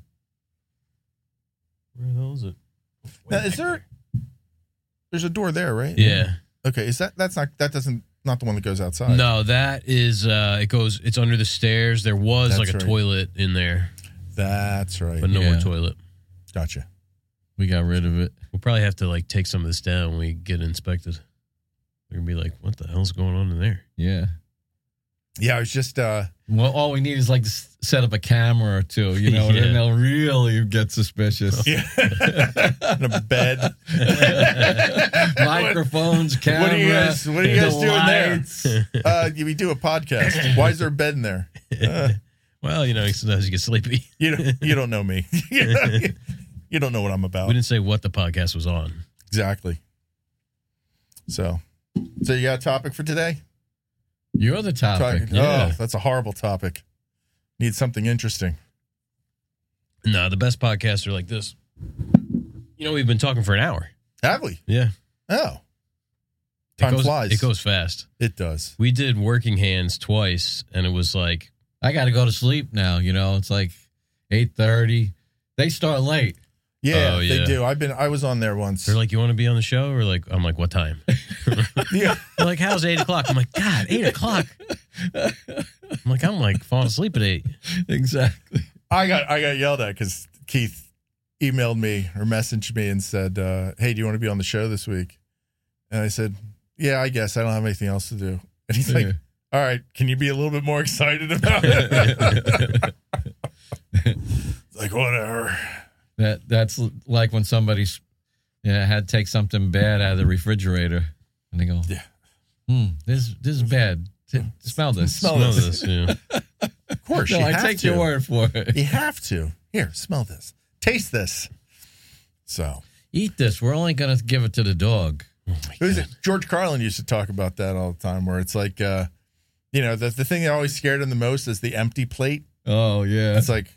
S1: Where the hell is it?
S3: Now, is there? There's a door there, right?
S1: Yeah.
S3: Okay. Is that? That's not. That doesn't. Not the one that goes outside.
S1: No, that is uh it goes it's under the stairs. There was
S3: That's
S1: like a
S3: right.
S1: toilet in there,
S3: That's right.
S1: but no more
S2: Yeah.
S1: toilet.
S3: Gotcha.
S2: We got rid of it.
S1: We'll probably have to like take some of this down when we get inspected. They're gonna be like, What the hell's going on in there?
S2: Yeah.
S3: Yeah, I was just. uh
S2: Well, all we need is like to s- set up a camera or two, you know, and
S1: Yeah.
S2: then they'll really get suspicious.
S3: Yeah. in a bed.
S2: Microphones, cameras.
S3: What are you guys? What are you
S2: the
S3: guys doing
S2: lights.
S3: there? Uh, we do a podcast. Why is there a bed in there? Uh,
S1: Well, you know, sometimes you get sleepy.
S3: you don't, you don't know me. you don't know what I'm
S1: We
S3: about.
S1: didn't say what the podcast was on.
S3: Exactly. So, so you got a topic for today?
S2: You're the topic.
S3: Topic-
S2: Yeah.
S3: Oh, that's a horrible topic. Need something interesting.
S1: No, the best podcasts are like this. You know, we've been talking for an hour.
S3: Have we?
S1: Yeah.
S3: Oh, time
S1: it goes,
S3: flies.
S1: It goes fast.
S3: It does.
S1: We did working hands twice, and it was like,
S2: I got to go to sleep now. You know, it's like eight thirty. They start late.
S3: Yeah,
S1: Oh,
S3: they
S1: yeah.
S3: do. I've been. I was on there once.
S1: they're like, "You want to be on the show?" Or like, I'm like, "What time?"
S3: yeah,
S1: They're like, "How's eight o'clock?" I'm like, "God, eight o'clock." I'm like, I'm like falling asleep at eight.
S2: Exactly.
S3: I got. I got yelled at because Keith emailed me or messaged me and said, uh, "Hey, do you want to be on the show this week?" And I said, "Yeah, I guess. I don't have anything else to do." And he's like, "All right, can you be a little bit more excited about it?" It's like whatever.
S2: that that's l- like when somebody's yeah had to take something bad out of the refrigerator, and they go,
S3: Yeah.
S2: hmm, this this is bad. T- Smell this.
S3: Smell
S1: None of
S3: this.
S1: this, yeah.
S3: Of course,
S2: No,
S3: you
S2: I
S3: have
S2: take
S3: to.
S2: your word for it.
S3: You have to. Here, smell this. Taste this. So,
S2: Eat this. We're only gonna give it to the dog.
S1: Oh,
S3: who's it? George Carlin used to talk about that all the time, where it's like, uh, you know, the, the thing that always scared him the most is the empty plate.
S2: Oh yeah.
S3: It's like,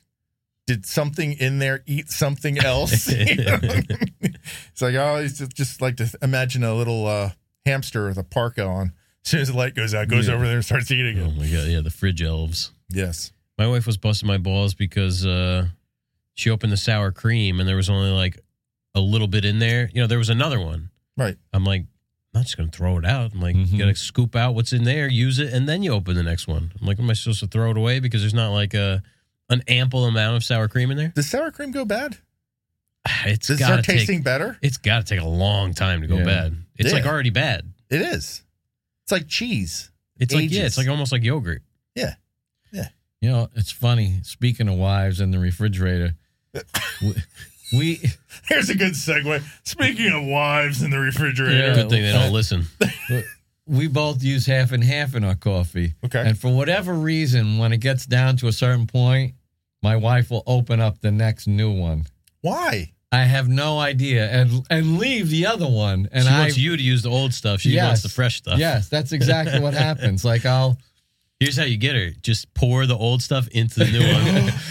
S3: did something in there eat something else? You know? it's like, I always just, just like to imagine a little uh, hamster with a parka on. As soon as the light goes out, goes
S2: Yeah.
S3: over there and starts eating
S1: Oh
S3: it.
S1: my god, yeah, the fridge elves.
S3: Yes.
S1: My wife was busting my balls because uh, she opened the sour cream and there was only like a little bit in there. You know, there was another one.
S3: Right.
S1: I'm like, I'm not just gonna throw it out. I'm like,
S2: Mhm.
S1: you
S3: Mm-hmm.
S1: gotta scoop out what's in there, use it, and then you open the next one. I'm like, am I supposed to throw it away because there's not like a an ample amount of sour cream in there?
S3: Does sour cream go bad?
S1: It's
S3: Does it
S1: gotta
S3: start
S1: take
S3: tasting better?
S1: it's gotta take a long time to go
S2: Yeah.
S1: bad. It's like
S3: Yeah.
S1: already bad.
S3: It is. It's like cheese.
S1: It's like yeah,
S3: Ages.
S1: it's like almost like yogurt.
S2: You know, it's funny. Speaking of wives in the refrigerator, we, we
S3: Here's a good segue. Speaking of wives in the refrigerator.
S2: Yeah.
S1: Good thing they don't listen.
S2: we both use half and half in our coffee.
S3: Okay.
S2: And for whatever reason, when it gets down to a certain point, my wife will open up the next new one.
S3: Why?
S2: I have no idea, and and leave the other one. And
S1: she
S2: I
S1: wants you to use the old stuff. She wants
S2: Yes.
S1: the fresh stuff.
S2: yes, that's exactly what happens. Like I'll
S1: Here's how you get her: just pour the old stuff into the new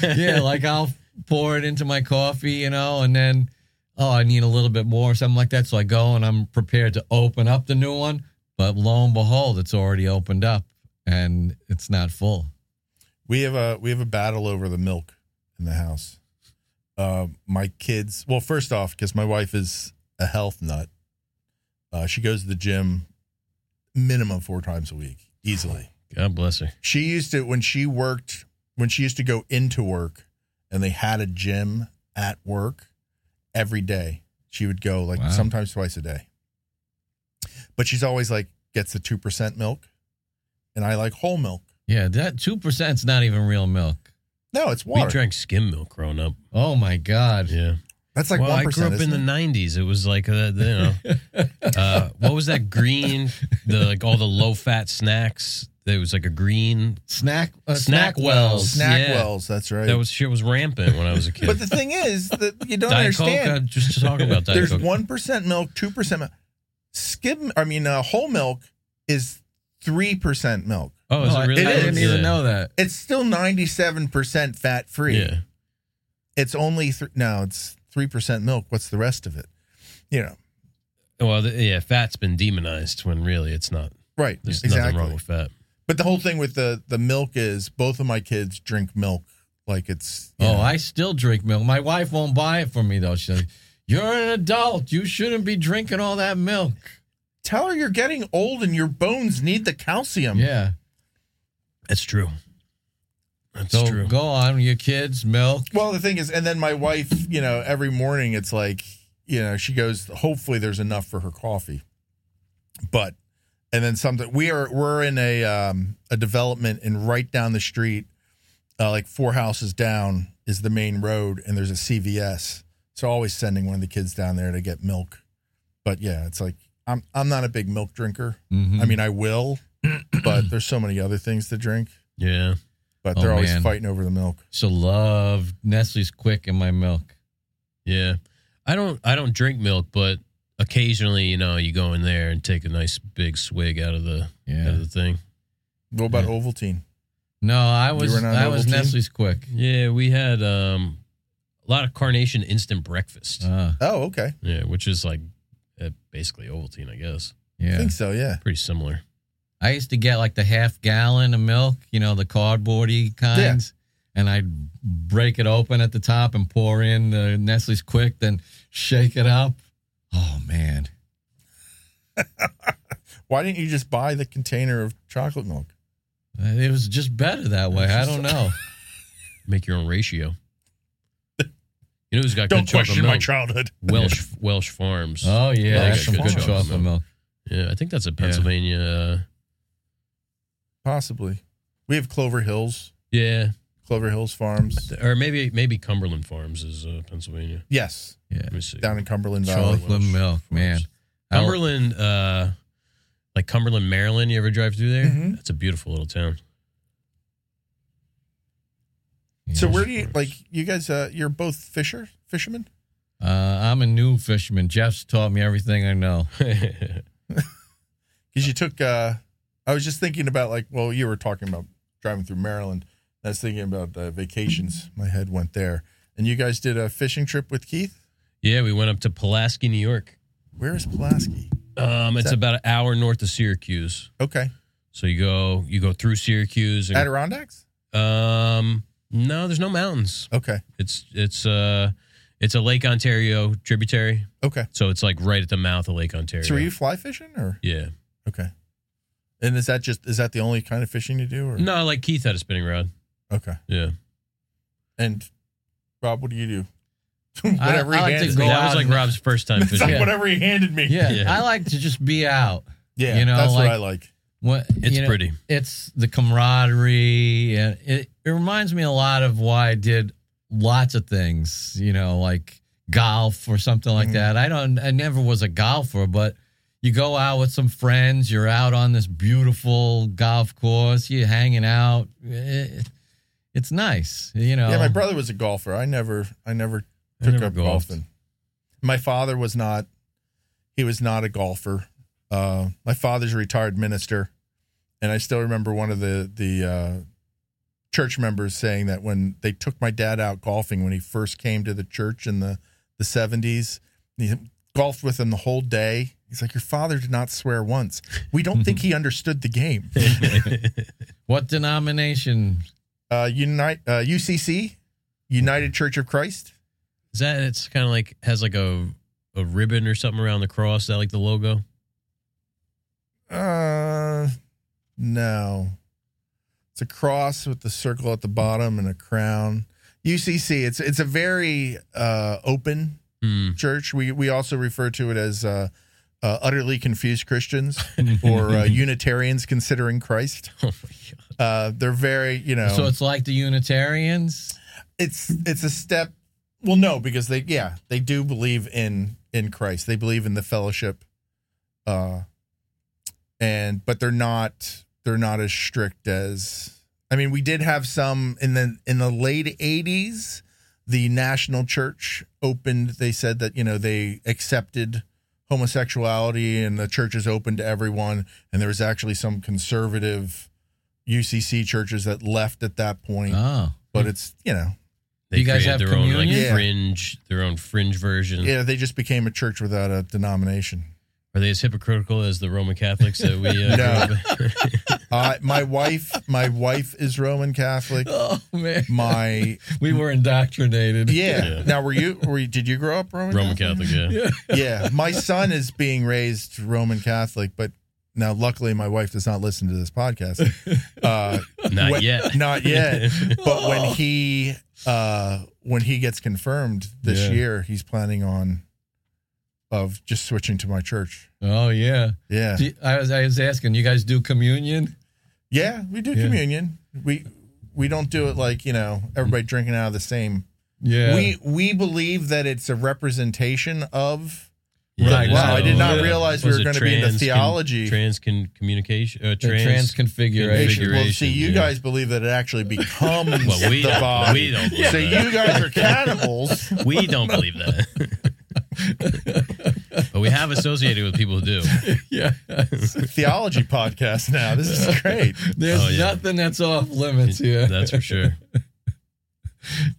S1: one.
S2: yeah, like I'll pour it into my coffee, you know, and then oh, I need a little bit more or something like that. So I go and I'm prepared to open up the new one, but lo and behold, it's already opened up and it's not full.
S3: We have a we have a battle over the milk in the house. Uh, my kids. Well, first off, because my wife is a health nut, uh, she goes to the gym minimum four times a week, easily.
S1: God bless her.
S3: She used to when she worked when she used to go into work, and they had a gym at work every day. She would go like
S2: Wow.
S3: sometimes twice a day. But she's always like gets the two percent milk, and I like whole milk.
S2: Yeah, that two percent's not even real milk.
S3: No, it's
S1: We
S3: water.
S1: drank skim milk growing up.
S2: Oh my god.
S1: Yeah.
S3: That's like
S1: well,
S3: one
S1: I grew up in the '90s. It was like uh, you know, uh, what was that green? The like all the low-fat snacks. It was like a green.
S2: Snack uh,
S1: Snack
S2: snack wells.
S1: wells.
S3: snack
S1: Yeah.
S3: wells. That's right.
S1: That was shit was rampant when I was a kid.
S3: but the thing is that you don't
S1: Diet Coke.
S3: understand.
S1: I was just talking about Diet
S3: There's
S1: Coke.
S3: one percent milk, two percent milk. Skim. I mean, uh, whole milk is three percent milk.
S1: Oh, is
S2: Oh,
S1: it really?
S2: I, I didn't
S1: Yeah.
S2: even know that.
S3: It's still ninety-seven percent fat-free.
S1: Yeah.
S3: It's only three. No, it's three percent milk. What's the rest of it? You know,
S1: Well, the, yeah, fat's been demonized when really it's not.
S3: right?
S1: There's nothing
S3: exactly.
S1: wrong with fat.
S3: But the whole thing with the the milk is both of my kids drink milk like it's. you
S2: Oh,
S3: know,
S2: I still drink milk. My wife won't buy it for me though. She's like, "You're an adult. You shouldn't be drinking all that milk."
S3: tell her you're getting old and your bones need the
S1: Um,
S3: calcium.
S2: Yeah.
S1: That's true. That's
S2: So
S1: true.
S2: go on, your kids, milk.
S3: Well, the thing is, and then my wife, you know, every morning it's like, you know, she goes, hopefully there's enough for her coffee. But, and then something, we are, we're in a, um, a development and right down the street, uh, like four houses down is the main road and there's a CVS. So always sending one of the kids down there to get milk. But yeah, it's like, I'm, I'm not a big milk drinker. I mean, I will, but there's so many other things to drink,
S1: yeah.
S3: but
S2: Oh,
S3: they're always
S2: man.
S3: fighting over the milk.
S2: so love Nestle's quick in my milk.
S1: Yeah. I don't I don't drink milk, but occasionally, you know, you go in there and take a nice big swig out of the out of
S2: Yeah.
S1: the thing.
S3: What about
S2: Yeah.
S3: Ovaltine?
S2: No, I
S3: were
S2: was
S3: not
S2: I was
S3: Ovaltine?
S2: Nestle's quick.
S1: Yeah, we had um a lot of carnation instant breakfast.
S2: Uh,
S3: Oh, okay.
S1: yeah, which is like uh, basically Ovaltine, I guess.
S3: I
S2: yeah.
S3: think so, yeah.
S1: Pretty similar.
S2: I used to get like the half gallon of milk, you know, the cardboardy kinds, and I'd break it open at the top and pour in the Nestle's quick, then shake it up. Oh man.
S3: Why didn't you just buy the container of chocolate milk?
S2: Uh, It was just better that way. I don't know.
S1: Make your own ratio. You know who's got
S3: Don't
S1: good chocolate
S3: question
S1: milk?
S3: my childhood.
S1: Welsh Welsh Farms.
S2: Oh yeah,
S1: Like
S2: that's
S1: a
S2: some
S1: good
S2: good
S1: chocolate
S2: chocolate milk.
S1: yeah, I think that's a Pennsylvania. Uh,
S3: Possibly. We have Clover Hills,
S1: yeah,
S3: Clover Hills Farms.
S1: or maybe maybe Cumberland Farms is uh, Pennsylvania.
S3: Yes,
S2: Yeah.
S1: Let me see.
S3: down in Cumberland Valley.
S2: Chocolate milk, man. I-
S1: Cumberland, uh, like Cumberland, Maryland. You ever drive through there?
S3: Mhm.
S1: That's a beautiful little town.
S3: So
S2: Yeah.
S3: where do you like you guys uh you're both fisher fishermen?
S2: Uh, I'm a new fisherman. Jeff's taught me everything I know.
S3: Cuz you took uh I was just thinking about like well you were talking about driving through Maryland. I was thinking about uh, vacations. My head went there. And you guys did a fishing trip with Keith?
S1: yeah, we went up to Pulaski, New York.
S3: Where is Pulaski?
S1: Um, it's
S3: that-
S1: about an hour north of Syracuse.
S3: Okay.
S1: So you go you go through Syracuse. And,
S3: Adirondacks?
S1: um, no, there's no mountains.
S3: Okay.
S1: It's it's uh it's a Lake Ontario tributary.
S3: Okay.
S1: So it's like right at the mouth of Lake Ontario.
S3: So were you fly fishing or
S1: Yeah.
S3: Okay. And is that just is that the only kind of fishing you do or
S1: No, like Keith had a spinning rod.
S3: Okay.
S1: Yeah.
S3: And Rob, what do you do? whatever
S2: I like
S3: he
S2: to
S3: handed
S2: go
S3: me.
S1: that was
S2: out
S1: like
S2: and-
S1: Rob's first time
S3: It's like
S1: fishing.
S3: whatever he handed me.
S2: Yeah,
S1: Yeah.
S2: I like to just be out.
S3: Yeah.
S2: You know,
S3: that's
S2: like-
S3: what I like.
S2: What
S1: It's
S2: you know,
S1: pretty.
S2: It's the camaraderie, and it, it reminds me a lot of why I did lots of things. You know, like golf or something like
S3: Mm-hmm.
S2: that. I don't. I never was a golfer, but you go out with some friends. You're out on this beautiful golf course. You're hanging out. It- it's nice, you know.
S3: Yeah, my brother was a golfer. I never, I never
S1: I
S3: took
S1: never
S3: up
S1: golfed.
S3: golfing. My father was not. He was not a golfer. Uh, my father's a retired minister, and I still remember one of the the uh, church members saying that when they took my dad out golfing when he first came to the church in the the seventies, he golfed with him the whole day. He's like, "Your father did not swear once. We don't think he understood the game."
S2: what denomination?
S3: Uh, Unite uh, UCC, United Church of Christ.
S1: Is that it's kind of like has like a a ribbon or something around the cross? Is that like the logo?
S3: Uh, no. It's a cross with the circle at the bottom and a crown. UCC. It's it's a very uh, open
S1: Hmm.
S3: church. We we also refer to it as uh, uh, utterly confused Christians or uh, Unitarians considering Christ.
S1: Oh my god!
S3: Uh, they're very you know.
S1: Um,
S2: So it's like the Unitarians.
S3: it's it's a step well no because they yeah they do believe in in christ they believe in the fellowship uh and but they're not they're not as strict as i mean we did have some in the in the late 80s the national church opened they said that you know they accepted homosexuality and the church is open to everyone and there was actually some conservative ucc churches that left at that point
S2: Oh,
S3: but it's you know
S1: They
S2: You guys
S1: created
S2: have
S1: their own like
S2: communion?
S3: Yeah.
S1: fringe, their own fringe version.
S3: yeah they just became a church without a denomination
S1: Are they as hypocritical as the Roman Catholics that we? Uh,
S3: No.
S1: grew up with?
S3: uh, my wife my wife is roman catholic
S2: oh man,
S3: my
S2: we were indoctrinated.
S3: yeah.
S1: Yeah.
S3: now were you were you, did you grow up roman,
S1: Roman Catholic. Yeah.
S3: yeah my son is being raised roman catholic but now luckily my wife does not listen to this podcast uh
S1: Not
S3: when-
S1: yet.
S3: not yet but when he uh when he gets confirmed this
S2: Yeah.
S3: year he's planning on of just switching to my church
S2: Oh yeah.
S3: yeah
S2: Do you- I was I was asking, you guys do communion?
S3: Yeah, we do
S2: Yeah.
S3: communion. We we don't do it like you know everybody drinking out of the same.
S2: Yeah.
S3: We we believe that it's a representation of.
S1: Yeah,
S3: Like,
S1: there's
S3: wow, I did not
S1: yeah.
S3: realize we
S1: Was
S3: were
S1: it
S3: going to be into
S1: trans-
S3: theology.
S1: trans con- communication, uh,
S2: The
S1: trans.
S2: transconfiguration.
S3: Well, see, you
S1: yeah.
S3: guys believe that it actually becomes
S1: Well, we
S3: the
S1: don't-
S3: body.
S1: we don't believe
S3: so
S1: that.
S3: you guys are cannibals.
S1: we don't believe that, but we have associated with people who do.
S2: yeah.
S3: Theology podcast now. This is great.
S2: There's
S1: Oh, yeah.
S2: nothing that's off limits here.
S1: That's for sure.
S2: yeah.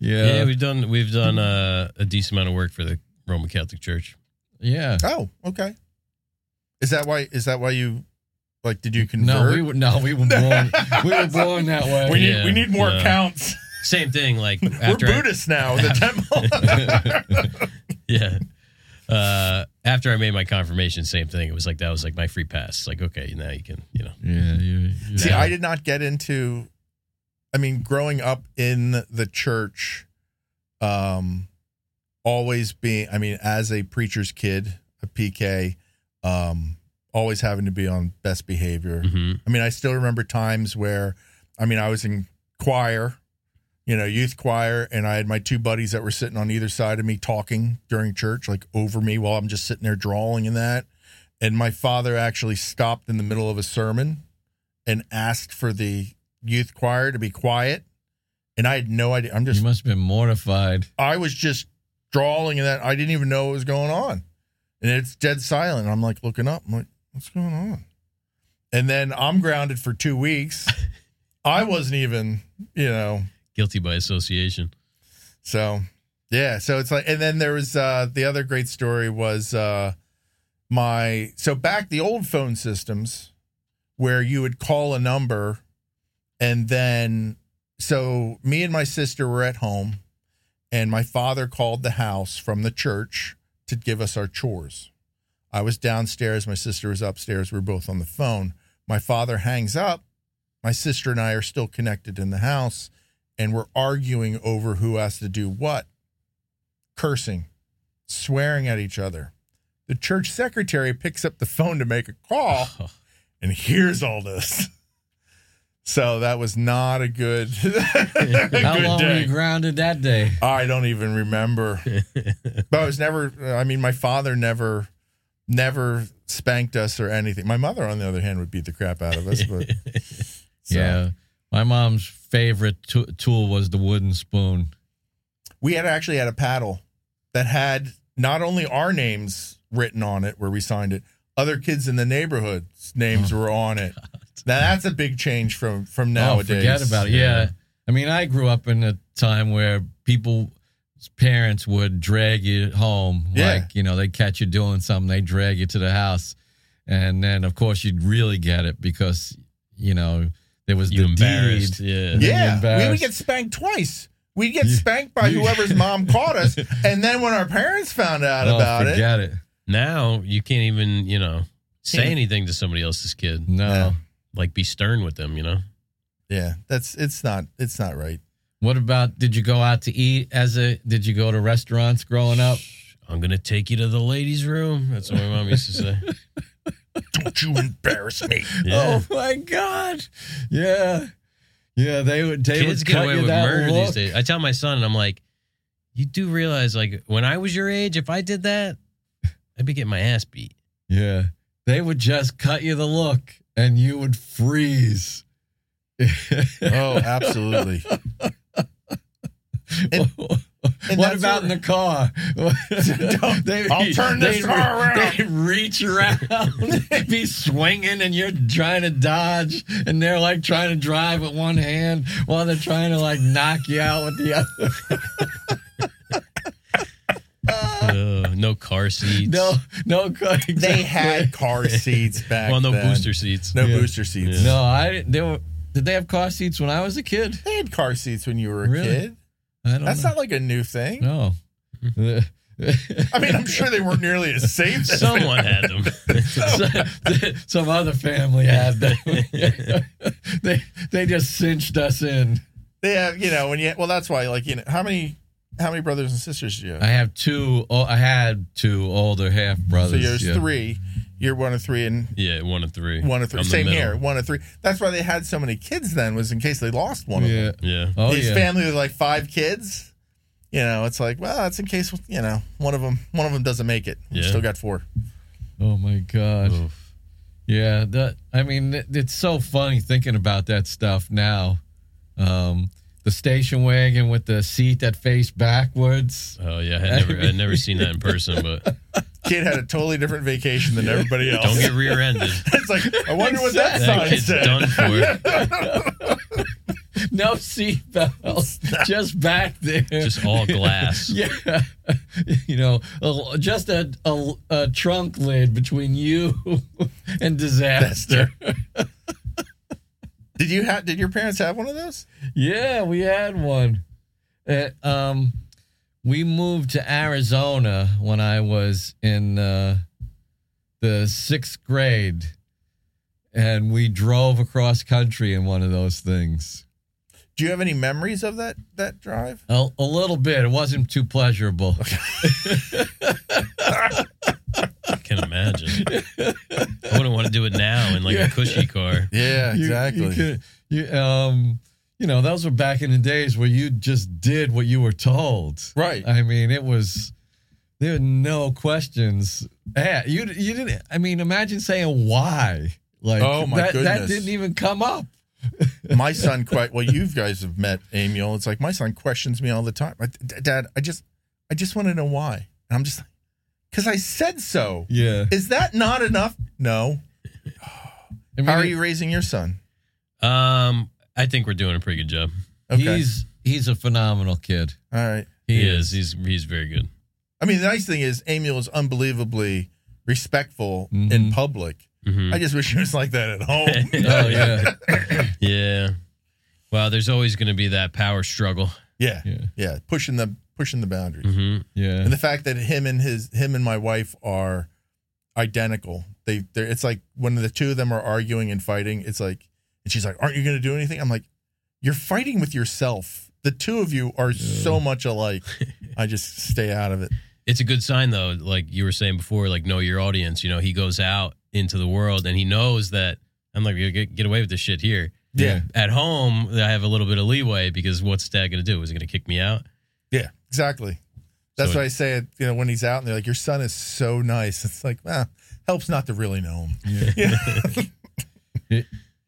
S1: Yeah,
S2: Yeah.
S1: we've done we've done uh, a decent amount of work for the Roman Catholic Church.
S3: Oh, okay. Is that why? Is that why you like? Did you convert?
S2: No, we were no, we were born we were born that way.
S3: We need
S1: Yeah,
S3: we need more
S1: no.
S3: counts.
S1: Same thing, like
S3: We're
S1: after I-
S3: Buddhists now. The temple.
S1: yeah. Uh, after I made my confirmation, same thing. It was like that was like my free pass. Like okay, now you can, you know.
S2: yeah, you, you-
S3: See,
S1: Yeah.
S3: I did not get into. I mean, growing up in the church, um, always being. I mean, as a preacher's kid, a PK, um, always having to be on best behavior.
S1: hmm
S3: I mean, I still remember times where, I mean, I was in choir, you know, youth choir, and I had my two buddies that were sitting on either side of me talking during church, like over me while I'm just sitting there drawing and that. And my father actually stopped in the middle of a sermon and asked for the youth choir to be quiet. And I had no idea. I'm
S2: you
S3: just,
S2: must have been mortified.
S3: I was just drawing and that. I didn't even know what was going on. And it's dead silent. I'm like looking up. I'm like, what's going on? And then I'm grounded for two weeks. I wasn't even, you know,
S1: Guilty by association.
S3: so yeah. So it's like, and then there was uh, the other great story was uh, my, so back the old phone systems where you would call a number and then, so me and my sister were at home and my father called the house from the church to give us our chores. I was downstairs, my sister was upstairs, we were both on the phone. My father hangs up. My sister and I are still connected in the house and we're arguing over who has to do what. Cursing, swearing at each other. The church
S2: Oh,
S3: secretary picks up the phone to make a call and hears all this. So that was not a good, a
S2: How
S3: good
S2: long were
S3: day.
S2: you grounded that day?
S3: I don't even remember. but I was never, uh, I mean, my father never, never spanked us or anything. My mother, on the other hand, would beat the crap out of us. But so.
S2: Yeah. My mom's favorite t- tool was the wooden spoon.
S3: we had actually had a paddle that had not only our names written on it where we signed it other kids in the neighborhood's names were on it now that's a big change from from nowadays
S2: Oh, Oh, forget about it. Yeah. I mean, I grew up in a time where people's parents would drag you home.
S3: Yeah.
S2: Like, you know, they catch you doing something, they drag you to the house. And then, of course, you'd really get it because, you know, there was
S1: You
S2: the
S1: embarrassed.
S2: deed.
S1: Yeah.
S2: Yeah.
S3: yeah we would
S2: embarrassed.
S3: get spanked twice we'd get spanked by whoever's mom caught us and then when our parents found out
S2: Oh,
S3: about it
S2: forget it.
S1: Now you can't even, you know, say
S3: Yeah.
S1: anything to somebody else's kid.
S2: No.
S3: No.
S1: Like be stern with them, you know?
S3: yeah that's it's not it's not right
S2: What about did you go out to eat as a did you go to restaurants growing up?
S1: I'm going to take you to the ladies' room. That's what my mom used to say.
S3: don't you embarrass me
S1: Yeah.
S2: Oh my god. Yeah. Yeah, they would they
S1: Kids
S2: would
S1: get
S2: cut
S1: away
S2: you
S1: with
S2: that
S1: murder
S2: look.
S1: these days. I tell my son, and I'm like, you do realize, like, when I was your age, if I did that, I'd be getting my ass beat.
S2: Yeah. They would just cut you the look and you would freeze.
S3: oh absolutely and
S2: what
S3: that's
S2: about in
S3: where-
S2: the car? they,
S3: I'll turn this
S2: they'd-
S3: car around.
S2: They reach around, be swinging, and you're trying to dodge, and they're like trying to drive with one hand while they're trying to like knock you out with the other.
S1: Ugh, no car seats.
S2: No, no, car-
S3: they
S2: exactly.
S3: had car seats back
S1: Well, no
S3: then.
S1: booster seats.
S3: no
S2: Yeah.
S3: booster seats
S2: No, I didn't. They were. Did they have car seats when I was a kid?
S3: They had car seats when you were a
S2: Really? Oh,
S3: kid.
S2: I don't
S3: That's
S2: know.
S3: not like a new thing.
S2: no.
S3: I mean, I'm sure they weren't nearly as safe. as-
S1: Someone had them.
S2: Some- some other family had them. they they just cinched us in.
S3: they have, you know, when you well, that's why. Like, you know, how many how many brothers and sisters do you have?
S2: I have two. Oh, I had two older half
S3: so
S2: brothers.
S3: there's
S2: yeah.
S3: three. You're one of three, and
S1: yeah, one of three.
S3: one of 3
S1: I'm the
S3: Same
S1: middle.
S3: here, one of three. That's why they had so many kids then, was in case they lost one of them.
S2: Yeah.
S1: Yeah.
S2: Oh
S3: These
S2: yeah.
S3: family with like five kids. You know, it's like, well, that's in case you know one of them. One of them doesn't make it. We
S1: Yeah.
S3: still got four.
S2: oh my god.
S1: Oof.
S2: Yeah. That. I mean, it- it's so funny thinking about that stuff now. Um, the station wagon with the seat that faced backwards.
S3: Uh.
S1: Oh yeah, I had never, I'd never seen that in person, but
S3: Kid had a totally different vacation than everybody else.
S1: don't get rear-ended.
S3: it's like, I wonder what that
S1: That
S3: sign
S1: kid's
S3: said.
S1: done for.
S2: No seat belts. just back there.
S1: Just all glass.
S2: Yeah, you know, a- just a, a, a trunk lid between you and disaster.
S3: Did you have? Did your parents have one of those?
S2: Yeah, we had one. Uh, um, we moved to Arizona when I was in uh, the sixth grade, and we drove across country in one of those things.
S3: Do you have any memories of that that drive?
S2: A, a little bit. It wasn't too pleasurable.
S1: I can imagine. I wouldn't want to do it now in like a cushy car.
S3: Yeah,
S2: You- You, could- you, um, you know, those were back in the days where you just did what you were told.
S3: right.
S2: I mean, it was there were no questions. Yeah, you you didn't. I mean, imagine saying why. Like,
S3: Oh, my
S2: that, that
S3: goodness.
S2: didn't even come up.
S3: my son, quite well. You guys have met Emil. It's like my son questions me all the time. I, D- Dad, I just, I just want to know why. And I'm just like, because I said so.
S2: Yeah.
S3: Is that not enough? No.
S2: I mean,
S3: How are you raising your son?
S1: Um, I think we're doing a pretty good job.
S3: Okay.
S2: He's he's a phenomenal kid.
S3: all right.
S1: He is. He's he's very good.
S3: I mean, the nice thing is Emil is unbelievably respectful in
S2: Mhm.
S3: public.
S1: Mhm.
S3: I just wish he was like that at home.
S2: Oh yeah.
S1: Yeah. Well, there's always going to be that power struggle.
S3: yeah,
S2: yeah.
S3: yeah, pushing the pushing the boundaries.
S1: hmm
S2: Yeah.
S3: and the fact that him and his him and my wife are identical they they're it's like when the two of them are arguing and fighting it's like and she's like aren't you going to do anything i'm like you're fighting with yourself the two of you are so much alike i just stay out of it
S1: It's a good sign, though. Like you were saying before, like know your audience. You know, he goes out into the world and he knows that I'm like, get, get away with this shit here.
S3: Yeah.
S1: At home, I have a little bit of leeway because what's dad going to do? Is he going to kick me out?
S3: Yeah, exactly. That's
S1: So-
S3: why I say it, you know, when he's out and they're like, your son is so nice. It's like, well, helps not to really know him.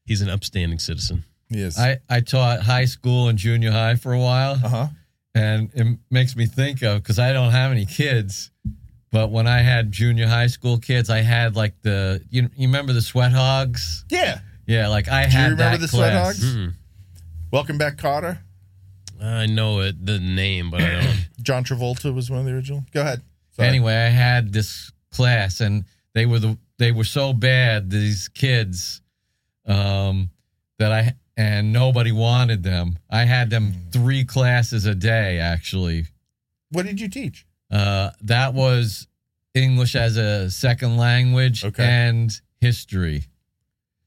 S1: He's an upstanding citizen.
S3: Yes.
S2: I, I taught high school and junior high for a while.
S3: uh huh.
S2: And it makes me think of because I don't have any kids, but when I had junior high school kids, I had like the you, you remember the sweat hogs?
S3: Yeah.
S2: Yeah, like I had
S3: you remember
S2: that
S3: the sweat
S2: class. Mm-hmm.
S3: hogs?
S1: Mm.
S3: Welcome back, Cotter.
S1: I know it, the name, but I don't.
S3: John Travolta was one of the original. Go ahead. Sorry.
S2: Anyway, I had this class, and they were the they were so bad these kids um, that I and nobody wanted them. I had them
S3: Mm.
S2: three classes a day actually.
S3: What did you teach?
S2: Uh, that was English as a second language
S3: Okay.
S2: and history.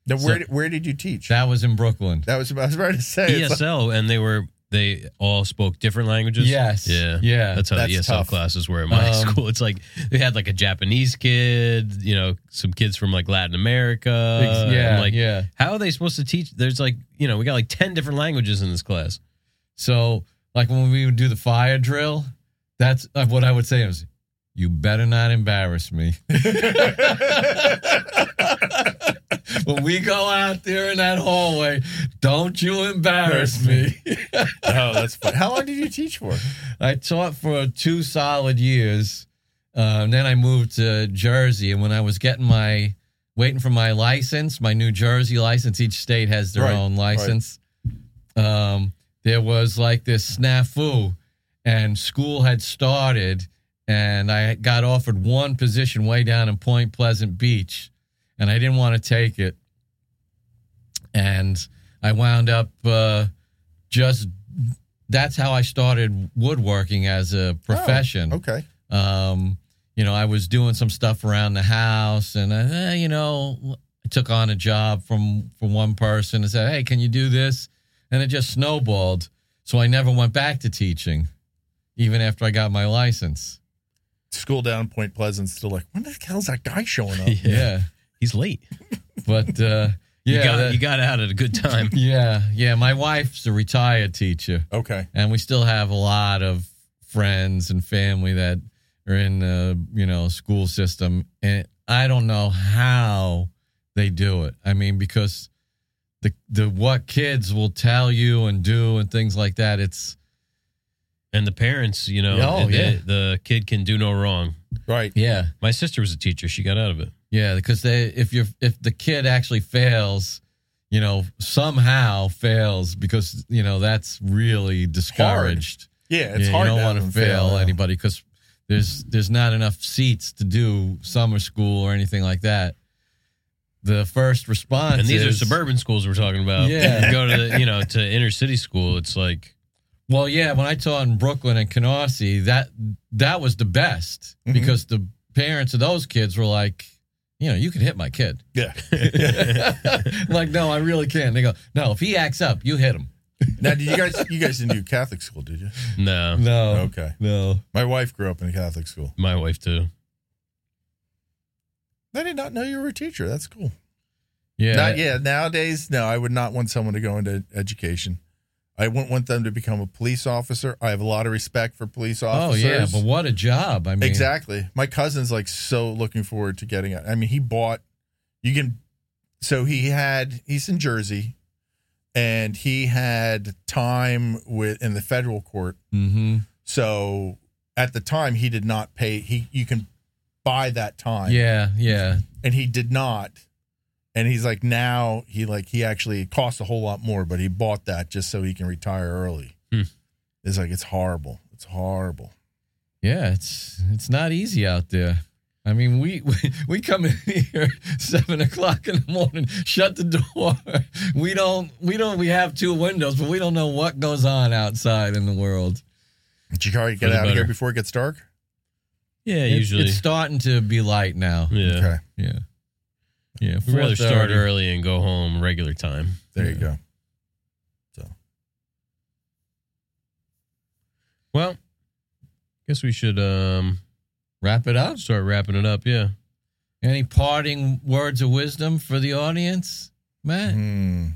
S3: Now,
S2: So-
S3: where did, where did you teach?
S2: That was in Brooklyn.
S3: That was I was about to say. it's like-
S1: ESL, and they were they all spoke different languages.
S2: yes.
S1: Yeah.
S2: Yeah.
S1: That's how
S3: That's
S1: the E ESL
S3: tough.
S1: classes were at my
S2: Um,
S1: school. It's like they had like a Japanese kid, you know, some kids from like Latin America.
S2: Ex- yeah.
S1: uh, and, like,
S2: yeah.
S1: How are they supposed to teach? There's like, you know, we got like 10 different languages in this class.
S2: So, like when we would do the fire drill, that's uh, what I would say is, "You better not embarrass me." when we go out there in that hallway, don't you embarrass me.
S3: oh, that's funny. How long did you teach for?
S2: I taught for two solid years. Uh, and then I moved to Jersey, and when I was getting my waiting for my license, my New Jersey license, each state has their
S3: Right,
S2: own license. Um, there was like this snafu, and school had started, and I got offered one position way down in Point Pleasant Beach, and I didn't want to take it, and I wound up uh, just. That's how I started woodworking as a profession
S3: Okay.
S2: um, you know, I was doing some stuff around the house, and uh, you know, I took on a job from from one person and said, "Hey, can you do this?" And it just snowballed. So I never went back to teaching, even after I got my license.
S3: School down in Point Pleasant. Still like, when the hell's that guy showing up?
S2: Yeah,
S1: He's late.
S2: but uh, yeah,
S1: you, got,
S2: that-
S1: you got out at a good time.
S2: yeah, yeah. My wife's a retired teacher,
S3: Okay.
S2: and we still have a lot of friends and family that are in the you know school system and i don't know how they do it i mean because the the what kids will tell you and do and things like that it's
S1: And the parents, you know,
S2: Oh,
S1: the,
S2: yeah.
S1: the kid can do no wrong.
S3: Right.
S2: yeah
S1: My sister was a teacher. She got out of it.
S2: yeah because they if you're if the kid actually fails you know somehow fails because you know that's really discouraged
S3: Yeah. It's
S2: Yeah,
S3: hard.
S2: You don't
S3: to
S2: want to
S3: have them
S2: fail
S3: yeah.
S2: anybody because there's there's not enough seats to do summer school or anything like that. The first response
S1: And these are
S2: is-
S1: suburban schools we're talking about.
S2: Yeah.
S1: You go to the, you know, to inner city school. It's like,
S2: Well, yeah, when I taught in Brooklyn and Canarsie, that that was the best
S3: Mhm.
S2: because the parents of those kids were like, you know, you can hit my kid.
S3: Yeah.
S2: like, no, I really can't. They go, no, if he acts up, you hit him.
S3: now, did you guys you guys didn't do Catholic school, did you?
S1: no,
S2: No,
S3: Okay.
S2: no.
S3: My wife grew up in a Catholic school.
S1: my wife too.
S3: I did not know you were a teacher. That's cool.
S2: Yeah,
S3: Not, yeah. Nowadays, no, I would not want someone to go into education. I wouldn't want them to become a police officer. I have a lot of respect for police
S2: Oh
S3: officers.
S2: yeah, but what a job! I mean,
S3: Exactly. My cousin's like so looking forward to getting it. I mean, he bought you can so he had he's in Jersey and he had time with in the federal court.
S2: hmm
S3: So at the time he did not pay he you can buy that time.
S2: Yeah, yeah.
S3: And he did not. And he's like now he like he actually it costs a whole lot more, but he bought that just so he can retire early.
S1: Hmm.
S3: It's like it's horrible. It's horrible.
S2: Yeah, it's it's not easy out there. I mean, we we, we come in here seven o'clock in the morning, shut the door. We don't we don't we have two windows, but we don't know what goes on outside in the world.
S3: Did you already
S1: For
S3: get
S1: the
S3: out of here
S1: better.
S3: before it gets dark?
S1: Yeah,
S2: It's-
S1: usually.
S2: it's starting to be light now.
S1: yeah.
S3: Okay.
S2: Yeah, yeah.
S1: We'd rather start
S2: 4:30.
S1: early and go home regular time.
S3: There you go.
S1: Well, guess we should um
S2: Wrap it up.
S1: start wrapping it up. Yeah.
S2: Any parting words of wisdom for the audience, Matt?
S3: Hmm.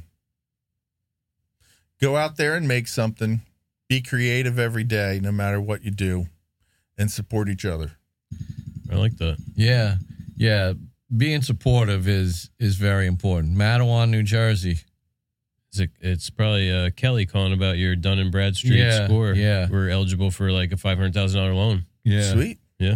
S3: Go out there and make something. Be creative every day, no matter what you do, and support each other. Mm-hmm.
S1: I like that.
S2: Yeah, yeah. Being supportive is is very important. Mattawan, New Jersey.
S1: It's, a, it's probably uh, Kelly calling about your Dun and Bradstreet
S2: Yeah,
S1: score.
S2: yeah.
S1: we're eligible for like a five hundred thousand dollar loan.
S2: Yeah,
S3: Sweet.
S1: Yeah,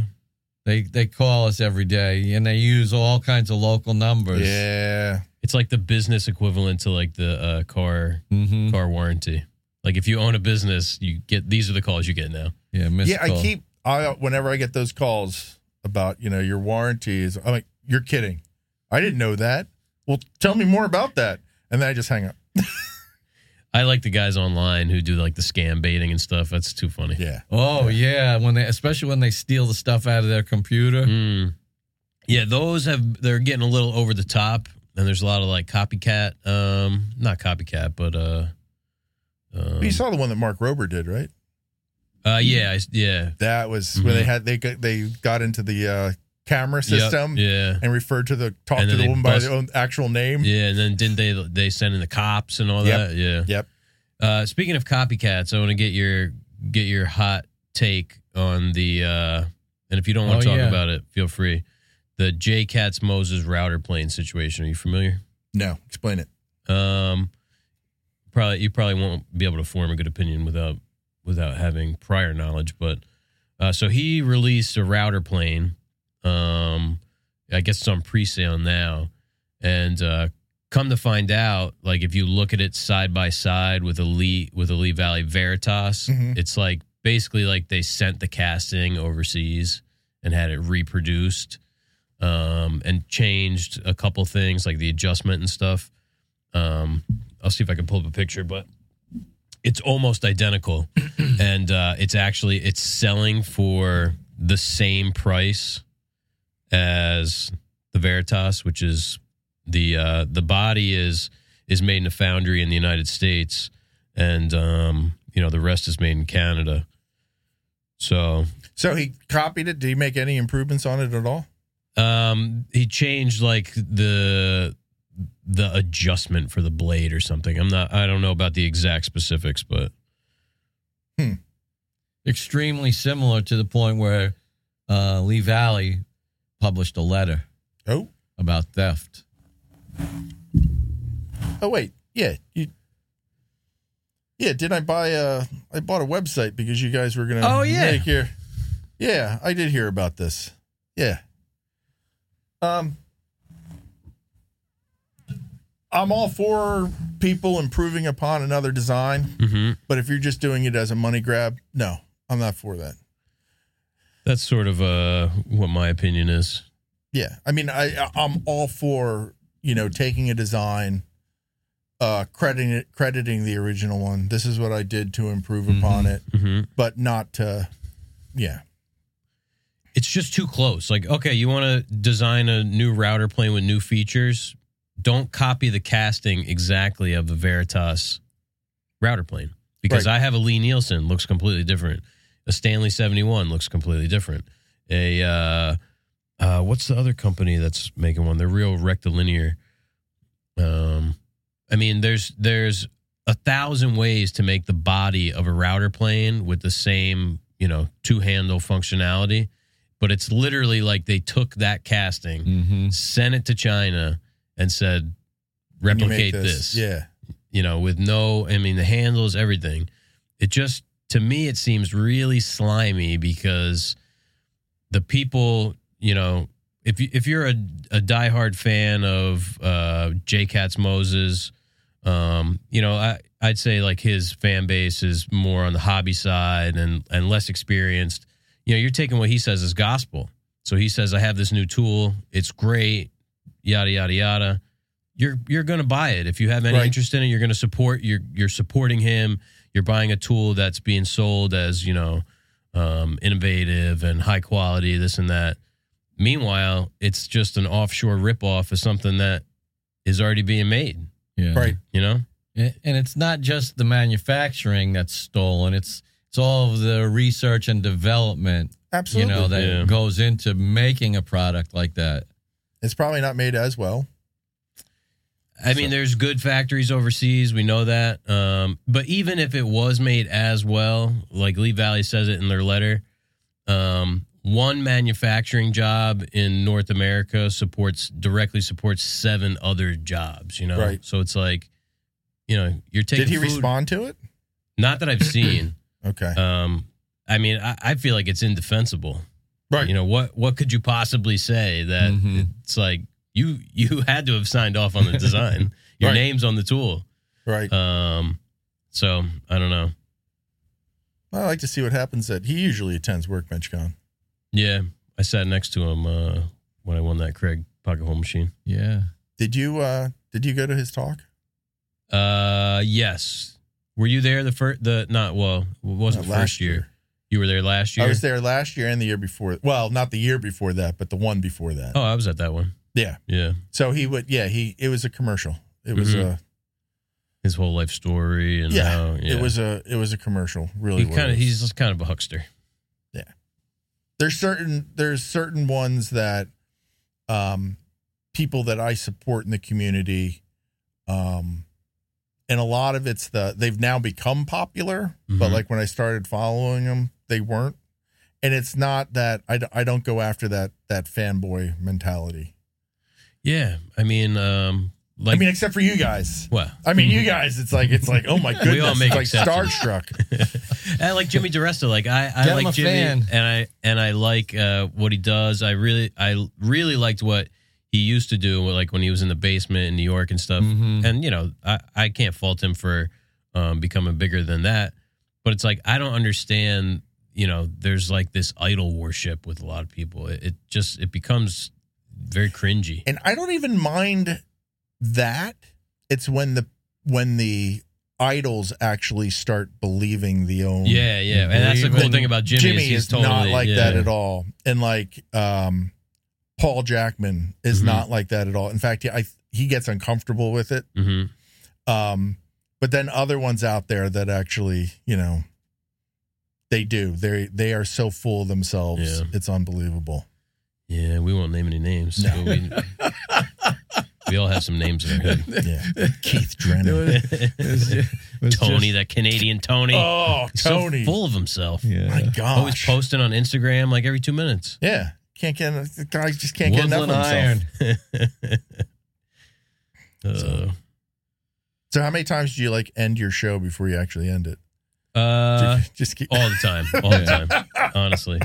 S2: they they call us every day, and they use all kinds of local numbers.
S3: Yeah.
S1: it's like the business equivalent to like the uh, car
S2: hmm
S1: car warranty. Like if you own a business, you get these are the calls you get now.
S2: yeah. Missed
S3: yeah, I
S2: call.
S3: keep I whenever I get those calls about, you know, your warranties, I'm like, you're kidding. I didn't know that. Well, tell me more about that. And then I just hang up.
S1: I like the guys online who do like the scam baiting and stuff. That's too funny.
S3: Yeah.
S2: Oh yeah, when they especially when they steal the stuff out of their computer.
S1: Mm. Yeah, those have they're getting a little over the top, and there's a lot of like copycat, um, not copycat, but uh, um,
S3: you saw the one that Mark Rober did, right?
S1: uh yeah, I s- yeah,
S3: That was when they
S1: Mhm.
S3: had they got, they got into the uh, camera system
S1: Yep, yeah,
S3: and referred to the talk
S1: And then
S3: to the
S1: they
S3: woman by
S1: bust-
S3: their own actual name.
S1: yeah, and then didn't they they send in the cops and all
S3: Yep,
S1: that? Yeah,
S3: yep.
S1: Uh, speaking of copycats, I want to get your get your hot take on the, uh and if you don't want
S2: Oh,
S1: to talk
S2: yeah.
S1: about it, feel free. The J Cats Moses router plane situation. Are you familiar?
S3: No, explain it.
S1: Um, probably you probably won't be able to form a good opinion without without having prior knowledge. But uh, so he released a router plane. Um, I guess it's on pre-sale now, and uh, come to find out, like if you look at it side by side with a Lee with a Lee Valley Veritas,
S3: Mhm.
S1: it's like basically like they sent the casting overseas and had it reproduced um, and changed a couple things like the adjustment and stuff. Um, I'll see if I can pull up a picture, but it's almost identical, and uh, it's actually it's selling for the same price as the Veritas, which is the uh, the body is is made in a foundry in the United States, and um, you know the rest is made in Canada. So
S3: So he copied it. Did he make any improvements on it at all?
S1: um, he changed like the the adjustment for the blade or something. I'm not. I don't know about the exact specifics, but
S2: Extremely similar to the point where uh, Lee Valley published a letter
S3: Oh,
S2: about theft.
S3: oh wait, yeah, you, yeah. Did I buy a? I bought a website because you guys were gonna.
S2: Oh, yeah.
S3: make your- yeah, I did hear about this. Yeah. Um, I'm all for people improving upon another design,
S1: mm-hmm.
S3: but if you're just doing it as a money grab, no, I'm not for that.
S1: that's sort of uh, what my opinion is.
S3: Yeah, I mean, I I'm all for you know taking a design, uh, crediting it, crediting the original one. This is what I did to improve upon it,
S1: Mm-hmm.
S3: but not to, yeah,
S1: it's just too close. Like, okay, you want to design a new router plane with new features. Don't copy the casting exactly of the Veritas router plane because I have a Lee Nielsen looks completely different. A Stanley 71 looks completely different. A uh, uh, what's the other company that's making one? They're real rectilinear. Um, I mean, there's there's a thousand ways to make the body of a router plane with the same you know two handle functionality, but it's literally like they took that casting,
S2: Mm-hmm.
S1: sent it to China, and said
S3: Can you make
S1: replicate this.
S3: Yeah,
S1: You know, with no, I mean, the handles, everything. It just to me, it seems really slimy because the people, you know, if you, if you're a, a diehard fan of uh, J. Katz Moses, um, you know, I I'd say like his fan base is more on the hobby side and and less experienced. You know, you're taking what he says as gospel. So he says, "I have this new tool. It's great." Yada yada yada. You're you're going to buy it if you have any
S3: Right.
S1: interest in it. You're going to support. You're you're supporting him. You're buying a tool that's being sold as you know um, innovative and high quality, this and that. Meanwhile, it's just an offshore ripoff of something that is already being made.
S2: Yeah.
S3: right.
S1: You know,
S2: And and it's not just the manufacturing that's stolen. It's it's all of the research and development, you
S3: Absolutely,
S2: know, that
S1: Yeah.
S2: goes into making a product like that.
S3: it's probably not made as well.
S1: I mean,
S3: So-
S1: there's good factories overseas. We know that. Um, but even if it was made as well, like Lee Valley says it in their letter, um, one manufacturing job in North America supports directly supports seven other jobs. You know,
S3: Right.
S1: so it's like, you know, you're taking.
S3: Did he
S1: food-
S3: respond to it?
S1: Not that I've seen.
S3: Okay.
S1: um, I mean, I, I feel like it's indefensible.
S3: Right. Mm-hmm.
S1: You know what? What could you possibly say that
S2: Mhm.
S1: it's like you you had to have signed off on the design. Your
S3: Right.
S1: name's on the tool.
S3: Right.
S1: Um, so I don't know.
S3: Well, I like to see what happens at he usually attends Workbench Con.
S1: Yeah, I sat next to him uh, when I won that Craig pocket hole machine.
S2: Yeah.
S3: Did you uh did you go to his talk?
S1: Uh, yes. Were you there the first? The not well, it wasn't
S3: Uh,
S1: the first year. You were there last year.
S3: I was there last year and the year before. Well, not the year before that, but the one before that.
S1: Oh, I was at that one.
S3: Yeah.
S1: Yeah,
S3: So he would yeah, he it was a commercial. It was
S1: Mhm.
S3: a
S1: his whole life story and
S3: Yeah,
S1: how, yeah.
S3: it was a it was a commercial, really.
S1: He
S3: what it
S1: kind of
S3: was.
S1: he's just kind of a huckster.
S3: there's certain there's certain ones that um people that I support in the community um and a lot of it's the they've now become popular but
S1: Mhm.
S3: like when I started following them they weren't and it's not that I, d- I don't go after that that fanboy mentality
S1: Yeah, I mean, um, like
S3: I mean except for you guys
S1: well,
S3: I mean you guys it's like it's like oh my goodness
S1: We all make
S3: it's like
S1: exceptions.
S3: starstruck
S1: I like Jimmy Duresta. Like I, I
S2: Get him
S1: like
S2: a
S1: Jimmy,
S2: fan.
S1: and I and I like uh, what he does. I really, I really liked what he used to do, like when he was in the basement in New York and
S3: Mm-hmm.
S1: stuff.
S2: Mhm.
S1: And you know, I, I can't fault him for um, becoming bigger than that. But it's like I don't understand. You know, there's like this idol worship with a lot of people. It, it just it becomes very cringy.
S3: and I don't even mind that. It's when the when the idols actually start believing the own.
S1: Yeah, yeah, and that's the cool
S3: Believe-
S1: thing about Jimmy.
S3: Jimmy
S1: is,
S3: is,
S1: he's totally,
S3: not like that
S1: yeah.
S3: at all, and like um, Paul Jackman is
S1: Mhm.
S3: not like that at all. In fact, he, I he gets uncomfortable with it.
S1: Mhm.
S3: Um, but then other ones out there that actually, you know, they do. They they are so full of themselves.
S1: Yeah.
S3: It's unbelievable.
S1: Yeah, we won't name any names.
S3: No.
S1: but we, we all have some names in our head.
S3: Yeah, Keith
S2: It
S3: Drennan.
S2: was- it was ju- it was
S1: Tony,
S2: just-
S1: that Canadian Tony.
S3: Oh,
S1: He's so
S3: Tony!
S1: full of himself.
S3: My
S2: yeah.
S3: gosh.
S1: Always posting on Instagram like every two minutes.
S3: Yeah. Can't get the guy just can't get enough of
S1: Woodland
S3: himself.
S1: iron. Uh,
S3: So how many times do you like end your show before you actually end it?
S1: uh,
S3: just keep
S1: all the time. All the
S2: Yeah.
S1: time. Honestly.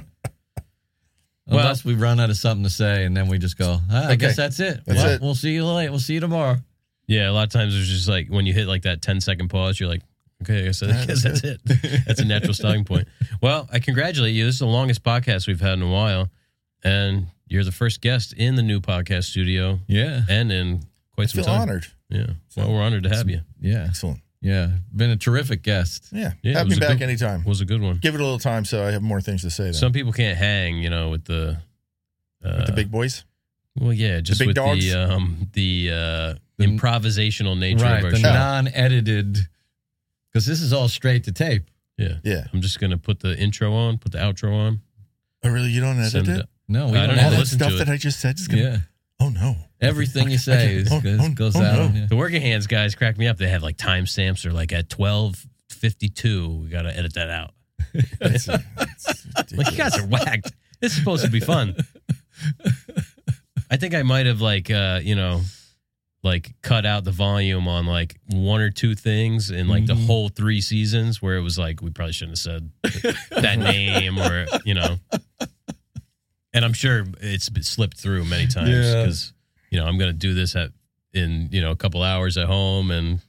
S1: Well-
S2: Unless we run out of something to say, and then we just go. "Ah, I
S3: Okay.
S2: guess that's it.
S3: That's
S2: well,
S3: it.
S2: We'll see you later. We'll see you tomorrow.
S1: Yeah, a lot of times it's just like when you hit like that 10 second pause, you're like, okay, I guess, I
S3: Yeah,
S1: guess
S3: that's
S1: that's it. That's a natural starting point. Well, I congratulate you. This is the longest podcast we've had in a while, and you're the first guest in the new podcast studio
S2: Yeah,
S1: and in
S3: I
S1: quite some
S3: feel
S1: time.
S3: honored.
S1: Yeah. Well, we're honored to have you.
S2: yeah,
S3: Excellent.
S2: yeah. Been a terrific guest.
S3: Yeah.
S1: Yeah, it
S3: have me
S1: was a
S3: back
S1: good-
S3: anytime.
S1: It was a good one.
S3: Give it a little time so I have more things to say then.
S1: Some people can't hang, you know, with the uh,
S3: With the big boys.
S1: well, yeah, just
S3: big
S1: with
S3: dogs?
S1: the um the uh
S2: The-
S1: improvisational nature
S2: right,
S1: of our
S2: the
S1: show.
S2: non-edited, because this is all straight to tape.
S1: yeah.
S3: Yeah.
S1: I'm just gonna put the intro on, put the outro on.
S3: Oh really you don't edit
S1: send
S3: it?
S1: it-
S2: No, we
S1: I
S2: don't,
S1: don't have
S3: All
S1: to
S3: that
S2: edit.
S1: listen to
S3: stuff
S1: it.
S3: that I just said is gonna
S2: Yeah,
S3: Oh no.
S2: everything you say is,
S3: Oh,
S2: goes,
S3: oh,
S2: goes
S3: oh,
S2: out.
S3: no.
S2: yeah.
S1: The working hands guys crack me up. They have like timestamps or like at twelve fifty two. We gotta edit that out.
S3: That's, that's
S1: Like you guys are whacked. This is supposed to be fun. I think I might have like uh, you know, like cut out the volume on like one or two things in like the
S2: Mhm.
S1: whole three seasons where it was like we probably shouldn't have said that name or you know. And I'm sure it's been slipped through many times
S2: Yeah.
S1: because you know I'm gonna do this at in you know a couple hours at home and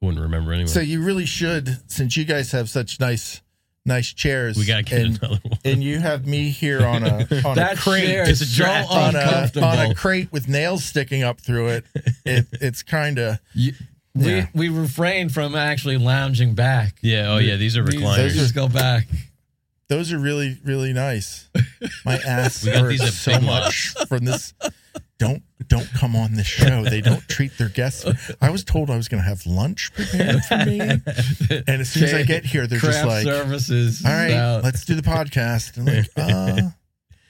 S1: wouldn't remember anyway.
S3: So you really should, since you guys have such nice nice chairs.
S1: we gotta get
S3: and,
S1: another one.
S3: and you have me here on a on a
S2: That
S3: crate.
S2: chair
S1: It's
S2: is
S1: a
S2: so
S1: draft. uh,
S3: on a,
S2: uncomfortable.
S3: on a crate with nails sticking up through it, it it's kind of
S2: You-
S3: Yeah.
S2: we, we refrain from actually lounging back.
S1: Yeah. Oh yeah. These are
S2: These-
S1: recliners.
S2: Those just go back.
S3: those are really really nice. My ass
S1: We got these
S3: hurts
S1: at
S3: so
S1: Big
S3: much from this. Don't don't come on this show. They don't treat their guests. I was told I was going to have lunch prepared for me, and as soon as I get here, they're just
S2: Craft
S3: like, "All
S2: services.
S3: right,
S2: out.
S3: let's do the podcast." And I'm like, uh,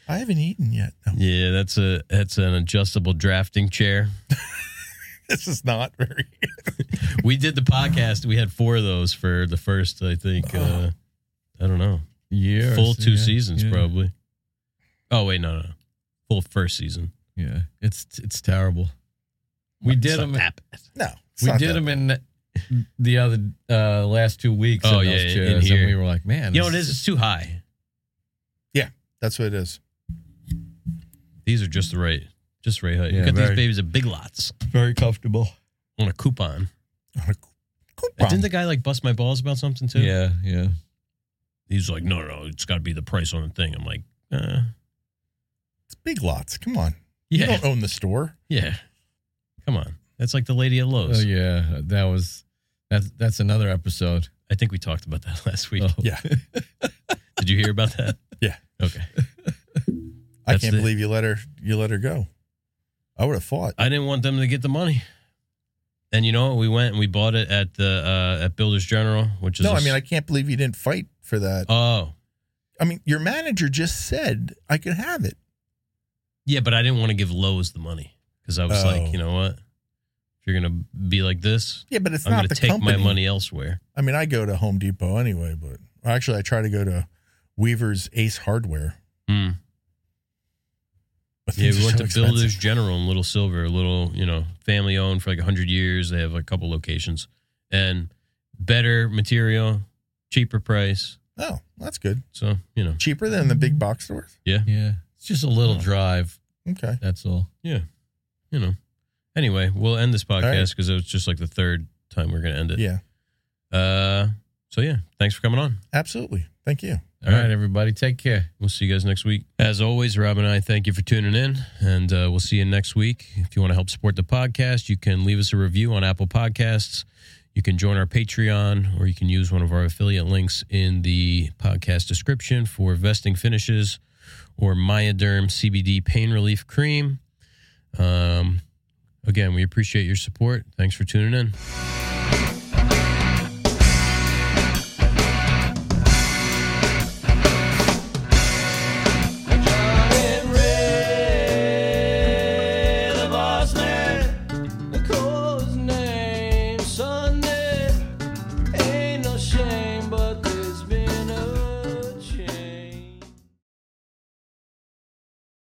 S3: I haven't eaten yet. No.
S1: Yeah, that's a that's an adjustable drafting chair.
S3: this is not very.
S1: We did the podcast. We had four of those for the first, I think. Uh, I don't know,
S2: year,
S1: full
S2: so
S1: two
S2: yeah,
S1: seasons
S2: yeah,
S1: probably. Oh wait, no, no, no. full first season.
S2: Yeah, it's it's terrible. We did
S1: It's not
S2: them.
S1: that bad.
S3: No, it's
S2: We
S3: not
S2: did
S3: that-
S2: them in the other uh, last two weeks.
S1: Oh,
S2: in
S1: yeah,
S2: those
S1: in
S2: chairs,
S1: here.
S2: and we were like, man,
S1: You know what it
S2: this
S1: is? It's too high.
S3: That's what it is.
S1: These are just the right, just right height.
S2: Yeah,
S1: you got
S2: very-
S1: these babies at Big Lots
S2: very comfortable.
S1: on a coupon.
S3: Coupon.
S1: Didn't the guy like bust my balls about something too?
S2: Yeah, yeah.
S1: He's like, no, no, it's got to be the price on the thing. I'm like, uh,
S3: It's big lots. Come on. You
S1: yeah,
S3: don't own the store.
S1: yeah. Come on, that's like the lady at Lowe's.
S2: Oh yeah, that was that's that's another episode.
S1: I think we talked about that last week.
S2: Oh.
S3: Yeah.
S1: Did you hear about that?
S3: Yeah.
S1: Okay.
S3: I
S1: That's
S3: can't
S1: the-
S3: believe you let her you let her go. I would have fought.
S1: I didn't want them to get the money. And you know what? We went and we bought it at the uh, at Builders General, which is
S3: No,
S1: I
S3: I mean I can't believe you didn't fight for that.
S1: oh
S3: I mean, your manager just said I could have it.
S1: yeah, but I didn't want to give Lowe's the money because I was
S3: Oh.
S1: like, you know what? If you're gonna be like this,
S3: Yeah, but it's
S1: I'm
S3: not
S1: gonna
S3: the
S1: take
S3: company.
S1: my money elsewhere.
S3: I mean, I go to Home Depot anyway, but or actually, I try to go to Weaver's Ace Hardware.
S1: Hmm.
S3: But
S1: Yeah,
S3: things
S1: we
S3: are
S1: went
S3: so
S1: to Builders
S3: expensive.
S1: General in Little Silver, a little, you know, family owned for like 100 years. They have a couple locations and better material, cheaper price.
S3: Oh, that's good.
S1: So, you know,
S3: Cheaper than the big box stores.
S2: Yeah, it's just a little drive.
S3: Okay.
S2: That's all.
S1: you know. Anyway, we'll end this
S3: right.
S1: podcast because it's just like the third time we're going to end it.
S3: Yeah,
S1: Uh, so, yeah, thanks for coming on.
S3: absolutely. Thank you.
S2: All right, everybody, take care.
S1: We'll see you guys next week. As always, Rob and I thank you for tuning in, and uh, we'll see you next week. If you want to help support the podcast, you can leave us a review on Apple Podcasts. You can join our Patreon, or you can use one of our affiliate links in the podcast description for vesting finishes or Myoderm CBD pain relief cream. Um, again, we appreciate your support. Thanks for tuning in.